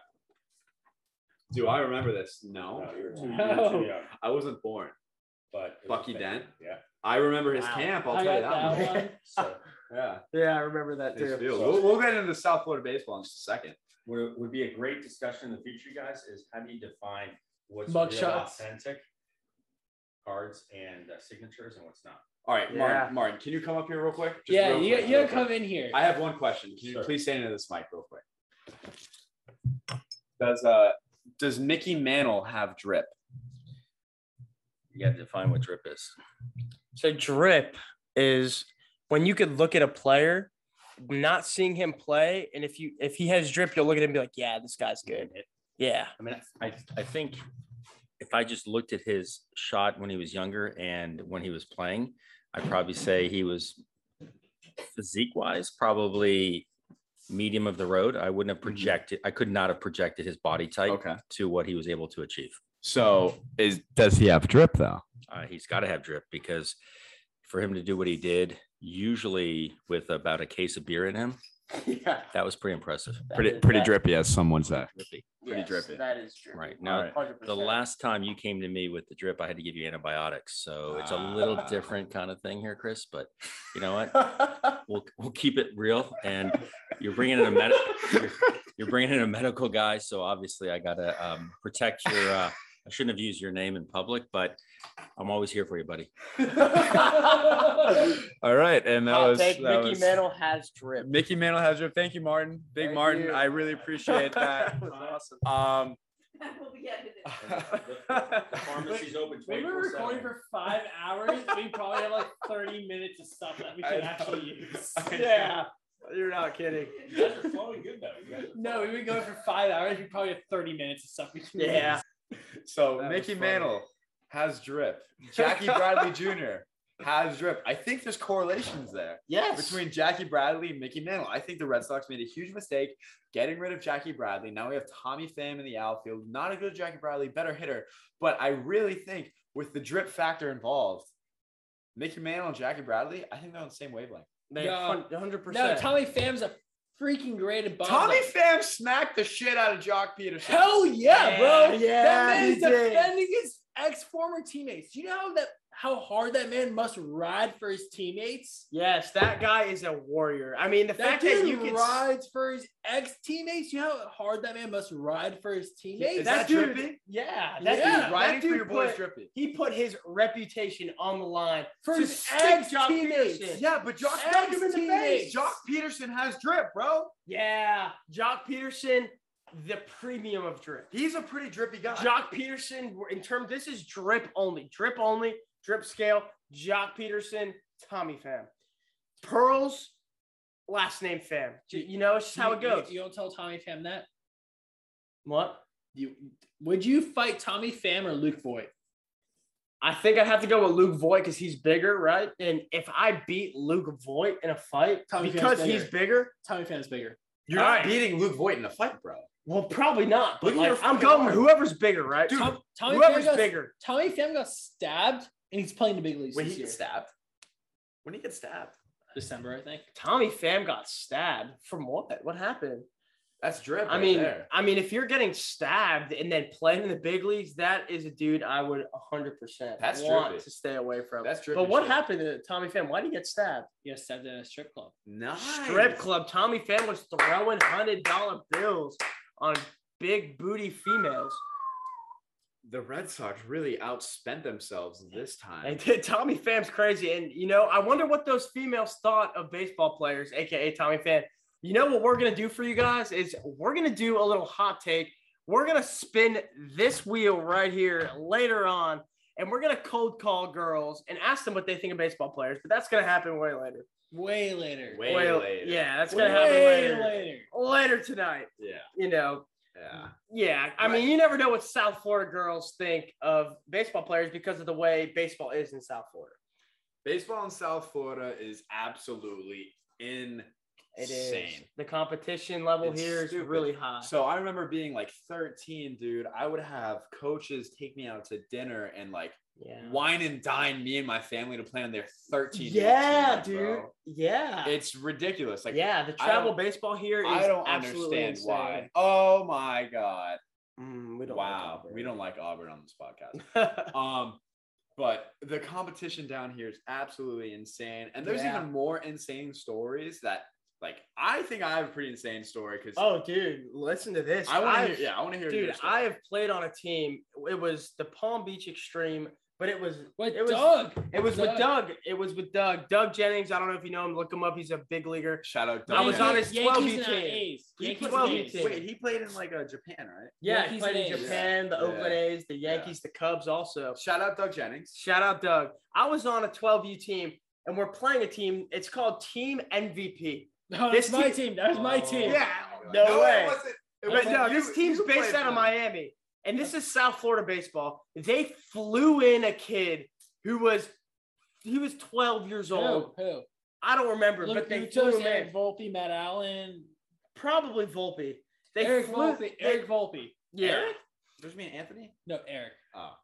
[SPEAKER 5] Do I remember this? No,
[SPEAKER 7] Oh,
[SPEAKER 10] No, you were too, you were
[SPEAKER 3] Wow.
[SPEAKER 10] too young.
[SPEAKER 5] I wasn't born.
[SPEAKER 10] But it was
[SPEAKER 5] Bucky
[SPEAKER 10] fake.
[SPEAKER 5] Dent?
[SPEAKER 10] Yeah.
[SPEAKER 5] I remember his
[SPEAKER 7] Wow.
[SPEAKER 5] camp. I'll
[SPEAKER 3] I
[SPEAKER 5] tell you
[SPEAKER 3] got
[SPEAKER 5] that.
[SPEAKER 3] that
[SPEAKER 5] much.
[SPEAKER 3] one.
[SPEAKER 10] So
[SPEAKER 5] Yeah,
[SPEAKER 7] Yeah, I remember that
[SPEAKER 5] his
[SPEAKER 7] too.
[SPEAKER 5] field. We'll, we'll get into South Florida baseball in just a second.
[SPEAKER 10] what would be a great discussion in the future, guys, is how do you define what's
[SPEAKER 3] Mug
[SPEAKER 10] real
[SPEAKER 3] shots.
[SPEAKER 10] authentic cards and uh, signatures and what's not?
[SPEAKER 5] All right,
[SPEAKER 7] Yeah.
[SPEAKER 5] Martin, Martin, can you come up here real quick? Just
[SPEAKER 3] yeah,
[SPEAKER 5] real
[SPEAKER 3] you,
[SPEAKER 5] quick,
[SPEAKER 3] you
[SPEAKER 5] real
[SPEAKER 3] gotta
[SPEAKER 5] quick.
[SPEAKER 3] come in here.
[SPEAKER 5] I have one question. Can you
[SPEAKER 10] Sure.
[SPEAKER 5] please stand into this mic real quick? Does uh does Mickey Mantle have drip?
[SPEAKER 10] You got to define what drip is.
[SPEAKER 7] So drip is when you could look at a player, not seeing him play, and if you if he has drip, you'll look at him and be like, yeah, this guy's good. Yeah.
[SPEAKER 10] I mean, I, I think if I just looked at his shot when he was younger and when he was playing, I'd probably say he was physique wise, probably medium of the road. I wouldn't have projected, I could not have projected his body type
[SPEAKER 5] Mm-hmm. Okay.
[SPEAKER 10] to what he was able to achieve.
[SPEAKER 5] So is does he have drip though?
[SPEAKER 10] Uh, he's got to have drip because for him to do what he did, usually with about a case of beer in him,
[SPEAKER 7] Yeah.
[SPEAKER 10] that was pretty impressive.
[SPEAKER 5] Pretty pretty drippy, as someone said.
[SPEAKER 10] Drippy.
[SPEAKER 5] pretty drippy.
[SPEAKER 7] That is drip.
[SPEAKER 10] Right. Now,
[SPEAKER 5] right.
[SPEAKER 10] the last time you came to me with the drip, I had to give you antibiotics. So it's a little
[SPEAKER 5] Ah.
[SPEAKER 10] different kind of thing here, Chris. But you know what? We'll we'll keep it real. And you're bringing in a med- you're, you're bringing in a medical guy, so obviously I gotta um, protect your. Uh, I shouldn't have used your name in public, but I'm always here for you, buddy.
[SPEAKER 5] All right, and that was
[SPEAKER 7] take,
[SPEAKER 5] that
[SPEAKER 7] Mickey
[SPEAKER 5] was-
[SPEAKER 7] Mantle has drip.
[SPEAKER 5] Mickey Mantle has drip. Thank you, Martin. Big
[SPEAKER 7] Thank
[SPEAKER 5] Martin,
[SPEAKER 7] you.
[SPEAKER 5] I really appreciate that.
[SPEAKER 7] was awesome.
[SPEAKER 5] um,
[SPEAKER 8] We'll be edited.
[SPEAKER 10] pharmacy's open
[SPEAKER 3] We were recording for five hours. We probably have like 30 minutes of stuff that we
[SPEAKER 5] I
[SPEAKER 3] can
[SPEAKER 5] know.
[SPEAKER 3] actually use.
[SPEAKER 5] I know.
[SPEAKER 7] Yeah. You're not kidding.
[SPEAKER 10] flowing good though.
[SPEAKER 3] No, we've been going for five hours. We probably have 30 minutes of stuff we can
[SPEAKER 7] Yeah.
[SPEAKER 5] So
[SPEAKER 7] That was
[SPEAKER 5] Mickey
[SPEAKER 7] funny.
[SPEAKER 5] Mantle has drip. Jackie Bradley Jr. has drip. I think there's correlations there
[SPEAKER 7] Yes.
[SPEAKER 5] between Jackie Bradley and Mickey Mantle. I think the Red Sox made a huge mistake getting rid of Jackie Bradley. Now we have Tommy Pham in the outfield. Not a good Jackie Bradley, better hitter. But I really think with the drip factor involved, Mickey Mantle and Jackie Bradley, I think they're on the same wavelength.
[SPEAKER 7] They
[SPEAKER 3] No.
[SPEAKER 7] hun- 100%.
[SPEAKER 3] No, Tommy Pham's a freaking great at bomb.
[SPEAKER 5] Tommy Pham smacked the shit out of Jock Peterson.
[SPEAKER 3] Hell yeah, bro.
[SPEAKER 7] Yeah,
[SPEAKER 3] that man
[SPEAKER 7] he
[SPEAKER 3] is
[SPEAKER 7] did.
[SPEAKER 3] defending his ex former teammates. Do you know how that how hard that man must ride for his teammates?
[SPEAKER 7] Yes, that guy is a warrior. I mean, the
[SPEAKER 3] That
[SPEAKER 7] fact that
[SPEAKER 3] dude
[SPEAKER 7] you can
[SPEAKER 3] rides for his ex teammates. You know how hard that man must ride for his teammates.
[SPEAKER 5] Is that,
[SPEAKER 7] that dude-
[SPEAKER 5] drippy?
[SPEAKER 7] Yeah,
[SPEAKER 3] Yeah,
[SPEAKER 7] that
[SPEAKER 5] Yeah,
[SPEAKER 7] dude,
[SPEAKER 5] riding
[SPEAKER 7] that dude
[SPEAKER 5] for your boys
[SPEAKER 7] put,
[SPEAKER 5] drippy.
[SPEAKER 7] he put his reputation on the line
[SPEAKER 3] for
[SPEAKER 7] to
[SPEAKER 3] his
[SPEAKER 7] stick
[SPEAKER 3] ex
[SPEAKER 7] Jock
[SPEAKER 3] teammates.
[SPEAKER 7] Peterson.
[SPEAKER 5] Yeah, but Jock
[SPEAKER 3] Ex
[SPEAKER 5] stuck him in the face.
[SPEAKER 3] teammates.
[SPEAKER 5] Jock Peterson has drip, bro.
[SPEAKER 7] Yeah, Jock Peterson, the premium of drip.
[SPEAKER 5] He's a pretty drippy guy.
[SPEAKER 7] Jock Peterson, in term, this is drip only, drip only, drip scale. Jock Peterson, Tommy Pham. Pearls, last name Fam. You, you know, it's just how it
[SPEAKER 3] You- you-
[SPEAKER 7] goes.
[SPEAKER 3] You, don't tell Tommy Pham that.
[SPEAKER 7] What?
[SPEAKER 3] You would you fight Tommy Pham or Luke Voigt?
[SPEAKER 7] I think I'd have to go with Luke Voigt because he's bigger, right? And if I beat Luke Voigt in a fight
[SPEAKER 3] Tommy Pham's
[SPEAKER 7] because he's
[SPEAKER 3] bigger.
[SPEAKER 7] bigger,
[SPEAKER 3] Tommy Pham's bigger.
[SPEAKER 5] You're not beating Luke Voigt in a fight, bro.
[SPEAKER 7] well, probably not. But
[SPEAKER 5] Look at
[SPEAKER 7] like,
[SPEAKER 5] your
[SPEAKER 7] I'm
[SPEAKER 5] fucking
[SPEAKER 7] going
[SPEAKER 5] arm.
[SPEAKER 7] with whoever's bigger, right?
[SPEAKER 5] Dude,
[SPEAKER 3] Tom, Tommy Pham
[SPEAKER 7] whoever's
[SPEAKER 3] got,
[SPEAKER 7] bigger.
[SPEAKER 3] Tommy Pham got stabbed and he's playing the big leagues
[SPEAKER 5] When
[SPEAKER 3] this
[SPEAKER 5] he
[SPEAKER 3] year.
[SPEAKER 5] gets stabbed. When he gets stabbed.
[SPEAKER 3] December, I think.
[SPEAKER 7] Tommy Pham got stabbed from what? What happened?
[SPEAKER 5] That's drip.
[SPEAKER 7] I
[SPEAKER 5] right
[SPEAKER 7] mean,
[SPEAKER 5] there.
[SPEAKER 7] I mean, if you're getting stabbed and then playing in the big leagues, that is a dude I would 100 percent
[SPEAKER 5] That's
[SPEAKER 7] want
[SPEAKER 5] drippy.
[SPEAKER 7] to stay away from.
[SPEAKER 5] That's drippy
[SPEAKER 7] But what
[SPEAKER 5] shit.
[SPEAKER 7] happened to Tommy Pham? Why did he get stabbed?
[SPEAKER 3] He got stabbed at a strip club.
[SPEAKER 5] nice.
[SPEAKER 7] Strip club. Tommy Pham was throwing hundred dollar bills on big booty females.
[SPEAKER 5] The Red Sox really outspent themselves this time.
[SPEAKER 7] And did Tommy Pham's crazy. And you know, I wonder what those females thought of baseball players, aka Tommy Pham. You know what we're gonna do for you guys is we're gonna do a little hot take. We're gonna spin this wheel right here later on, and we're gonna cold call girls and ask them what they think of baseball players. But that's gonna happen way later.
[SPEAKER 3] Way later.
[SPEAKER 5] Way
[SPEAKER 7] Well,
[SPEAKER 5] later.
[SPEAKER 7] Yeah, that's
[SPEAKER 3] Way
[SPEAKER 7] gonna happen later. later.
[SPEAKER 3] later.
[SPEAKER 7] tonight.
[SPEAKER 5] Yeah.
[SPEAKER 7] You know.
[SPEAKER 5] Yeah.
[SPEAKER 7] Yeah. I mean, you never know what South Florida girls think of baseball players because of the way baseball is in South Florida.
[SPEAKER 5] Baseball in South Florida is absolutely in.
[SPEAKER 7] It is.
[SPEAKER 5] Insane.
[SPEAKER 7] The competition level
[SPEAKER 5] It's
[SPEAKER 7] here is
[SPEAKER 5] stupid.
[SPEAKER 7] really high.
[SPEAKER 5] So I remember being like 13, dude. I would have coaches take me out to dinner and like
[SPEAKER 7] yeah.
[SPEAKER 5] wine and dine me and my family to play on their 13.
[SPEAKER 7] Yeah,
[SPEAKER 5] team,
[SPEAKER 7] dude.
[SPEAKER 5] bro.
[SPEAKER 7] Yeah.
[SPEAKER 5] It's ridiculous. Like,
[SPEAKER 7] yeah, the
[SPEAKER 5] I
[SPEAKER 7] travel
[SPEAKER 5] don't-
[SPEAKER 7] baseball here is
[SPEAKER 5] I don't
[SPEAKER 7] absolutely
[SPEAKER 5] understand
[SPEAKER 7] insane.
[SPEAKER 5] why. Oh my God.
[SPEAKER 7] Mm, we don't like
[SPEAKER 5] Wow.
[SPEAKER 7] Auburn.
[SPEAKER 5] we don't like Auburn on this podcast. Um, but the competition down here is absolutely insane, and there's
[SPEAKER 7] Yeah.
[SPEAKER 5] even more insane stories that, like, I think I have a pretty insane story because
[SPEAKER 7] oh, dude, listen to this.
[SPEAKER 5] I want to
[SPEAKER 7] I've-
[SPEAKER 5] hear. Yeah, I want to hear. your
[SPEAKER 7] Dude,
[SPEAKER 5] story.
[SPEAKER 7] I have played on a team. It was the Palm Beach Extreme, but it was
[SPEAKER 3] What
[SPEAKER 7] it was
[SPEAKER 3] Doug?
[SPEAKER 7] it was with
[SPEAKER 3] Doug.
[SPEAKER 7] Doug. It was with Doug. Doug Jennings. I don't know if you know him. Look him up. He's a big leaguer.
[SPEAKER 5] shout out.
[SPEAKER 7] I was
[SPEAKER 5] Duncan.
[SPEAKER 7] on his 12
[SPEAKER 3] Yankees and
[SPEAKER 7] team.
[SPEAKER 3] A's.
[SPEAKER 7] He
[SPEAKER 3] Yankees
[SPEAKER 7] put
[SPEAKER 3] and
[SPEAKER 7] 12
[SPEAKER 3] A's.
[SPEAKER 7] team.
[SPEAKER 5] Wait, he played in like uh, Japan, right?
[SPEAKER 7] Yeah,
[SPEAKER 3] Yankees
[SPEAKER 7] he
[SPEAKER 3] and
[SPEAKER 7] played in
[SPEAKER 3] A's.
[SPEAKER 7] Japan, the
[SPEAKER 5] Yeah.
[SPEAKER 7] Oakland A's, the
[SPEAKER 5] Yeah.
[SPEAKER 7] Yankees, the Cubs, also.
[SPEAKER 5] Shout out Doug Jennings.
[SPEAKER 7] Shout out Doug. I was on a 12U team and we're playing a team. It's called Team MVP.
[SPEAKER 3] No,
[SPEAKER 7] This
[SPEAKER 3] that's my team. That was my
[SPEAKER 5] Oh.
[SPEAKER 3] team.
[SPEAKER 7] Yeah, no,
[SPEAKER 5] No, it
[SPEAKER 7] way.
[SPEAKER 5] wasn't. It
[SPEAKER 7] But
[SPEAKER 5] wasn't.
[SPEAKER 7] no,
[SPEAKER 5] You-
[SPEAKER 7] this team's
[SPEAKER 5] you
[SPEAKER 7] based
[SPEAKER 5] played
[SPEAKER 7] out
[SPEAKER 5] for them.
[SPEAKER 7] of Miami. And this is South Florida baseball. They flew in a kid who was he was 12 years
[SPEAKER 3] Who?
[SPEAKER 7] old.
[SPEAKER 3] Who?
[SPEAKER 7] I don't remember,
[SPEAKER 3] Luke
[SPEAKER 7] but they
[SPEAKER 3] Mutos,
[SPEAKER 7] flew him
[SPEAKER 3] Eric
[SPEAKER 7] in.
[SPEAKER 3] Volpe, Matt Allen,
[SPEAKER 7] Probably Volpe. They
[SPEAKER 3] Eric
[SPEAKER 7] flew
[SPEAKER 3] Volpe.
[SPEAKER 7] they-
[SPEAKER 3] Eric Volpe.
[SPEAKER 7] yeah.
[SPEAKER 5] Eric? There's me and Anthony.
[SPEAKER 3] No, Eric.
[SPEAKER 5] Oh.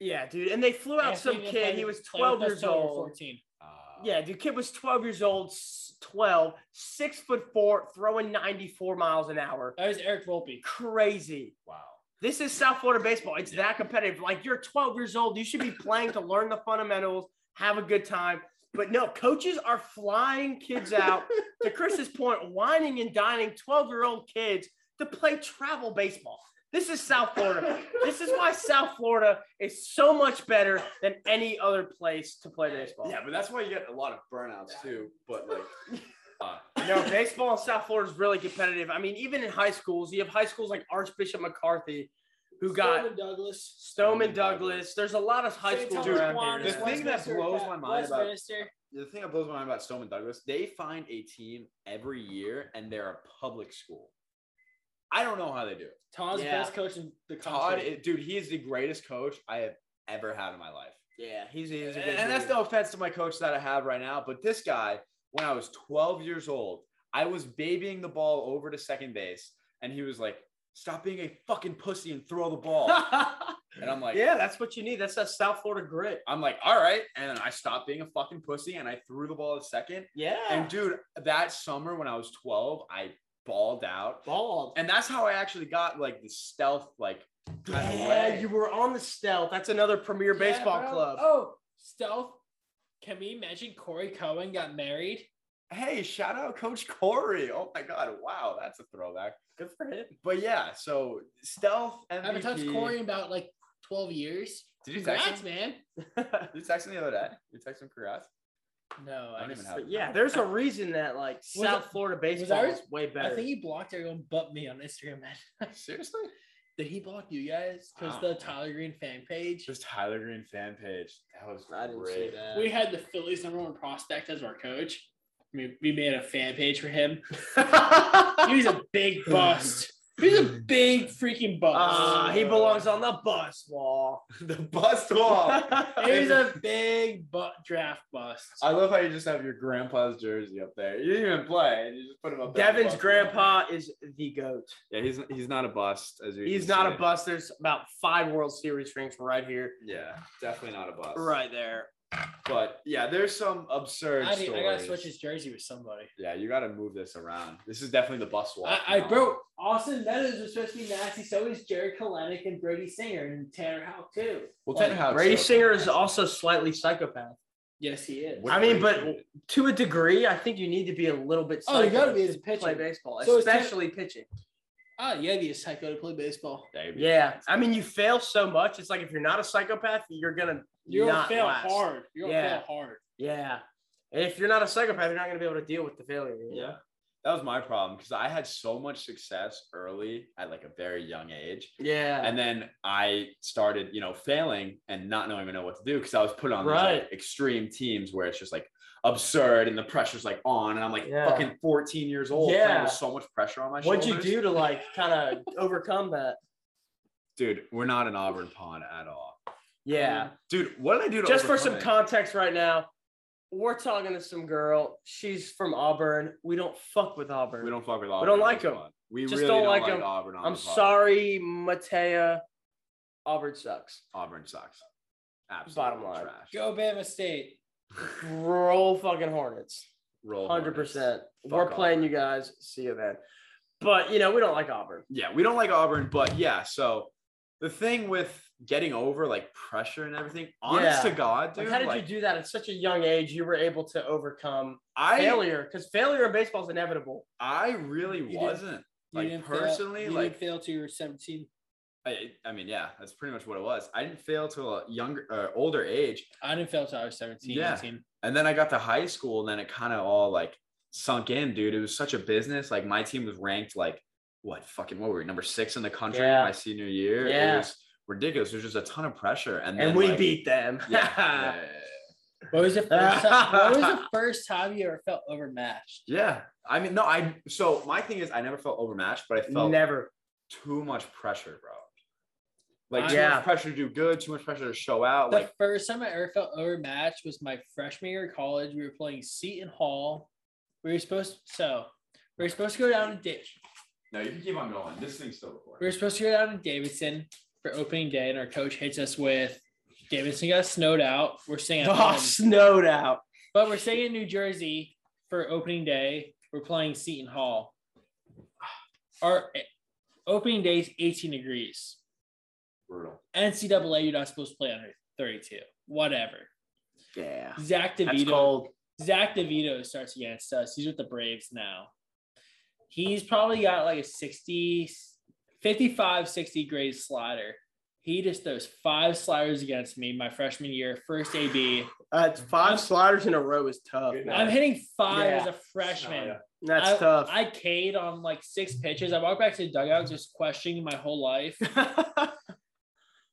[SPEAKER 7] Yeah, dude. And they flew out
[SPEAKER 3] Anthony
[SPEAKER 7] some
[SPEAKER 3] didn't
[SPEAKER 7] kid.
[SPEAKER 3] play-
[SPEAKER 7] He was
[SPEAKER 3] play
[SPEAKER 7] 12
[SPEAKER 3] with us
[SPEAKER 7] years
[SPEAKER 3] till we were
[SPEAKER 7] old.
[SPEAKER 3] 14.
[SPEAKER 5] Uh,
[SPEAKER 7] Yeah, dude, kid was 12 years old, s- 12, six foot four, throwing 94 miles an hour.
[SPEAKER 3] That was Eric Volpe.
[SPEAKER 7] Crazy.
[SPEAKER 5] Wow.
[SPEAKER 7] This is South Florida baseball. It's that competitive. Like you're 12 years old, you should be playing to learn the fundamentals, have a good time. But no, coaches are flying kids out to Chris's point, whining and dining 12 year old kids to play travel baseball. This is South Florida. This is why South Florida is so much better than any other place to play baseball.
[SPEAKER 5] Yeah, but that's why you get a lot of burnouts too. But like, uh,
[SPEAKER 7] No, baseball in South Florida is really competitive. I mean, even in high schools, you have high schools like Archbishop McCarthy, who got
[SPEAKER 3] Stoneman Douglas.
[SPEAKER 7] Stoneman Douglas. There's a lot of high
[SPEAKER 3] St.
[SPEAKER 7] schools
[SPEAKER 3] Thomas
[SPEAKER 7] around
[SPEAKER 3] Aquinas,
[SPEAKER 5] The
[SPEAKER 7] here.
[SPEAKER 5] thing that
[SPEAKER 3] Westminster,
[SPEAKER 5] blows my mind about-
[SPEAKER 3] Westminster.
[SPEAKER 5] the thing that blows my mind about Stoneman Douglas, they find a team every year and they're a public school. I don't know how they do it.
[SPEAKER 3] Todd's
[SPEAKER 7] Yeah.
[SPEAKER 3] best coach in the
[SPEAKER 5] Todd,
[SPEAKER 3] country.
[SPEAKER 5] is- dude, he is the greatest coach I have ever had in my life.
[SPEAKER 7] Yeah, he's, he's a good
[SPEAKER 5] and, and that's
[SPEAKER 7] dude.
[SPEAKER 5] no offense to my coach that I have right now, but this guy, when I was 12 years old, I was babying the ball over to second base, and he was like, "Stop being a fucking pussy and throw the ball." and I'm like,
[SPEAKER 7] yeah, that's what you need. That's that South Florida grit.
[SPEAKER 5] I'm like, "All right," and I stopped being a fucking pussy and I threw the ball at second.
[SPEAKER 7] Yeah,
[SPEAKER 5] And dude, that summer when I was 12, I balled out,
[SPEAKER 7] bald.
[SPEAKER 5] and that's how I actually got like the stealth like kind of
[SPEAKER 7] Yeah,
[SPEAKER 5] way.
[SPEAKER 7] you were on the stealth. That's another premier
[SPEAKER 3] Yeah,
[SPEAKER 7] baseball
[SPEAKER 3] bro.
[SPEAKER 7] club.
[SPEAKER 3] Oh, stealth. Can we imagine Corey Cohen got married?
[SPEAKER 5] hey, shout out Coach Corey. Oh my God, wow, that's a throwback.
[SPEAKER 7] Good for him.
[SPEAKER 5] But yeah, so stealth MVP.
[SPEAKER 3] I haven't touched Corey in about like 12 years.
[SPEAKER 5] Did you text
[SPEAKER 3] Congrats,
[SPEAKER 5] him?
[SPEAKER 3] man.
[SPEAKER 5] Did you text him the other day? You text him congrats.
[SPEAKER 3] No,
[SPEAKER 5] I
[SPEAKER 3] I,
[SPEAKER 5] don't even
[SPEAKER 3] just-
[SPEAKER 5] have. it.
[SPEAKER 7] Yeah, there's a reason that like South
[SPEAKER 3] it-
[SPEAKER 7] Florida baseball
[SPEAKER 3] ours-
[SPEAKER 7] is way
[SPEAKER 3] I
[SPEAKER 7] better.
[SPEAKER 3] think he blocked everyone but me on Instagram. Man.
[SPEAKER 5] seriously.
[SPEAKER 3] Did he block you guys? Because
[SPEAKER 5] I don't
[SPEAKER 3] the
[SPEAKER 5] know.
[SPEAKER 3] Tyler Green fan page. Uh,
[SPEAKER 5] Just Tyler Green fan page. That was
[SPEAKER 7] I didn't see
[SPEAKER 5] great.
[SPEAKER 7] that.
[SPEAKER 3] We had the Phillies number one prospect as our coach. we, we made a fan page for him. he was a big bust. He was a big freaking bust.
[SPEAKER 7] Ah, he belongs on the bus wall.
[SPEAKER 5] the bust wall.
[SPEAKER 3] He was a big bu- draft bust.
[SPEAKER 5] I love how you just have your grandpa's jersey up there. You didn't even play. You just put him up there. on the
[SPEAKER 7] Devin's
[SPEAKER 5] bust wall.
[SPEAKER 7] grandpa is the goat.
[SPEAKER 5] Yeah, he's he's not a bust as you.
[SPEAKER 7] He's not a bust. There's about five World Series rings right here,
[SPEAKER 5] Yeah, definitely not a bust.
[SPEAKER 7] right there.
[SPEAKER 5] But yeah, there's some absurd
[SPEAKER 3] I, need-
[SPEAKER 5] stories.
[SPEAKER 3] I gotta switch his jersey with somebody.
[SPEAKER 5] Yeah, you gotta move this around. This is definitely the bus wall.
[SPEAKER 3] I, I
[SPEAKER 5] now.
[SPEAKER 3] bro, Austin Meadows was supposed to be nasty. So is Jared Kalenic and Brady Singer and Tanner Houck too.
[SPEAKER 5] Well,
[SPEAKER 3] Like,
[SPEAKER 5] Tanner Houck-
[SPEAKER 7] Brady Singer is also slightly psychopath.
[SPEAKER 3] yes, he is.
[SPEAKER 7] I mean, but to a degree, I think you need to be a little bit.
[SPEAKER 3] Oh, you gotta
[SPEAKER 7] psycho
[SPEAKER 3] be as a
[SPEAKER 7] to
[SPEAKER 3] pitcher.
[SPEAKER 7] play baseball,
[SPEAKER 3] So is Tim-
[SPEAKER 7] especially pitching.
[SPEAKER 3] Oh, yeah, be a psycho to play baseball.
[SPEAKER 5] Maybe.
[SPEAKER 7] Yeah, I mean, you fail so much. It's like if you're not a psychopath, you're gonna
[SPEAKER 3] You're gonna
[SPEAKER 7] not
[SPEAKER 3] fail
[SPEAKER 7] last.
[SPEAKER 3] hard. You're gonna
[SPEAKER 7] Yeah.
[SPEAKER 3] fail hard.
[SPEAKER 7] Yeah, and if you're not a psychopath, you're not gonna be able to deal with the failure.
[SPEAKER 5] Yeah. That was my problem because I had so much success early at like a very young age.
[SPEAKER 7] Yeah.
[SPEAKER 5] And then I started, you know, failing and not knowing even know what to do because I was put on these, like,
[SPEAKER 7] Right.
[SPEAKER 5] extreme teams where it's just like absurd and the pressure's like on. And I'm like
[SPEAKER 7] Yeah.
[SPEAKER 5] fucking 14 years old. playing
[SPEAKER 7] Yeah.
[SPEAKER 5] With so much pressure on my
[SPEAKER 7] What'd you
[SPEAKER 5] shoulders.
[SPEAKER 7] do to like kind of overcome that?
[SPEAKER 5] Dude, we're not an Auburn pond at all.
[SPEAKER 7] Yeah.
[SPEAKER 5] Dude, what did I do to
[SPEAKER 7] Just for
[SPEAKER 5] overcome
[SPEAKER 7] some
[SPEAKER 5] it?
[SPEAKER 7] context right now, we're talking to some girl. She's from Auburn. We don't fuck with Auburn.
[SPEAKER 5] We don't fuck with Auburn. on
[SPEAKER 7] don't like
[SPEAKER 5] this
[SPEAKER 7] 'em.
[SPEAKER 5] pod. We
[SPEAKER 7] Just
[SPEAKER 5] really
[SPEAKER 7] don't
[SPEAKER 5] don't,
[SPEAKER 7] like
[SPEAKER 5] like,
[SPEAKER 7] 'em.
[SPEAKER 5] Auburn. On
[SPEAKER 7] I'm
[SPEAKER 5] the pod.
[SPEAKER 7] sorry, Matea. Auburn sucks.
[SPEAKER 5] Auburn sucks. Absolutely
[SPEAKER 7] Bottom line.
[SPEAKER 5] trash.
[SPEAKER 3] Go Bama State.
[SPEAKER 7] Roll fucking Hornets.
[SPEAKER 5] Roll
[SPEAKER 7] Hundred
[SPEAKER 5] Hornets.
[SPEAKER 7] percent.
[SPEAKER 5] Fuck
[SPEAKER 7] We're playing
[SPEAKER 5] Auburn.
[SPEAKER 7] you guys. See you then. But you know we don't like Auburn.
[SPEAKER 5] yeah, we don't like Auburn, but yeah, so the thing with getting over like pressure and everything, honest
[SPEAKER 7] Yeah.
[SPEAKER 5] to God,
[SPEAKER 7] Like,
[SPEAKER 5] dude,
[SPEAKER 7] how did
[SPEAKER 5] like,
[SPEAKER 7] you do that at such a young age? You were able to overcome
[SPEAKER 5] I
[SPEAKER 7] failure because failure in baseball is inevitable.
[SPEAKER 5] I really
[SPEAKER 3] didn't-
[SPEAKER 5] wasn't.
[SPEAKER 3] You
[SPEAKER 5] Like,
[SPEAKER 3] didn't
[SPEAKER 5] personally,
[SPEAKER 3] fail, you
[SPEAKER 5] like-
[SPEAKER 3] didn't fail to your 17.
[SPEAKER 5] I, I mean, yeah, that's pretty much what it was. I didn't fail till a younger, uh, older age,
[SPEAKER 3] I didn't fail till I was 17.
[SPEAKER 5] Yeah.
[SPEAKER 3] 18.
[SPEAKER 5] and then I got to high school, and then it kind of all like sunk in, dude. It was such a business. Like my team was ranked like what fucking what were we number six in the country
[SPEAKER 7] Yeah.
[SPEAKER 5] my senior year.
[SPEAKER 7] Yeah.
[SPEAKER 5] It was ridiculous. There's just a ton of pressure, and then,
[SPEAKER 7] And we
[SPEAKER 5] like-
[SPEAKER 7] beat them.
[SPEAKER 5] Yeah, yeah, yeah, yeah.
[SPEAKER 3] What was the first time, what was the first time you ever felt overmatched?
[SPEAKER 5] Yeah. I mean, no, I so my thing is I never felt overmatched, but I felt
[SPEAKER 7] Never.
[SPEAKER 5] too much pressure, bro. Like too
[SPEAKER 7] Yeah.
[SPEAKER 5] much pressure to do good, too much pressure to show out.
[SPEAKER 3] The
[SPEAKER 5] like
[SPEAKER 3] first time I ever felt overmatched was my freshman year of college. We were playing Seton Hall. We were supposed so we were supposed to go down to Dish.
[SPEAKER 5] no, you can keep on going. This thing's still
[SPEAKER 3] We
[SPEAKER 5] recording.
[SPEAKER 3] were supposed to go down to Davidson for opening day, and our coach hits us with Davidson got snowed out. We're staying at
[SPEAKER 7] Oh,
[SPEAKER 3] home,
[SPEAKER 7] snowed out.
[SPEAKER 3] but we're staying in New Jersey for opening day. We're playing Seton Hall. Our eh, opening day is 18 degrees.
[SPEAKER 5] Brutal.
[SPEAKER 3] NCAA, you're not supposed to play under 32. Whatever.
[SPEAKER 7] Yeah.
[SPEAKER 3] Zach
[SPEAKER 7] That's
[SPEAKER 3] DeVito.
[SPEAKER 7] cold.
[SPEAKER 3] Zach DeVito starts against us. He's with the Braves now. He's probably got like a 60, 55, 60 grade slider. He just throws five sliders against me my freshman year, first AB.
[SPEAKER 7] Uh, it's five sliders in a row is tough.
[SPEAKER 5] Mm-hmm. Good
[SPEAKER 3] I'm hitting five
[SPEAKER 7] Yeah.
[SPEAKER 3] as a freshman.
[SPEAKER 7] That's
[SPEAKER 3] I,
[SPEAKER 7] tough.
[SPEAKER 3] I K'd on like six pitches. I walked back to the dugout just questioning my whole life.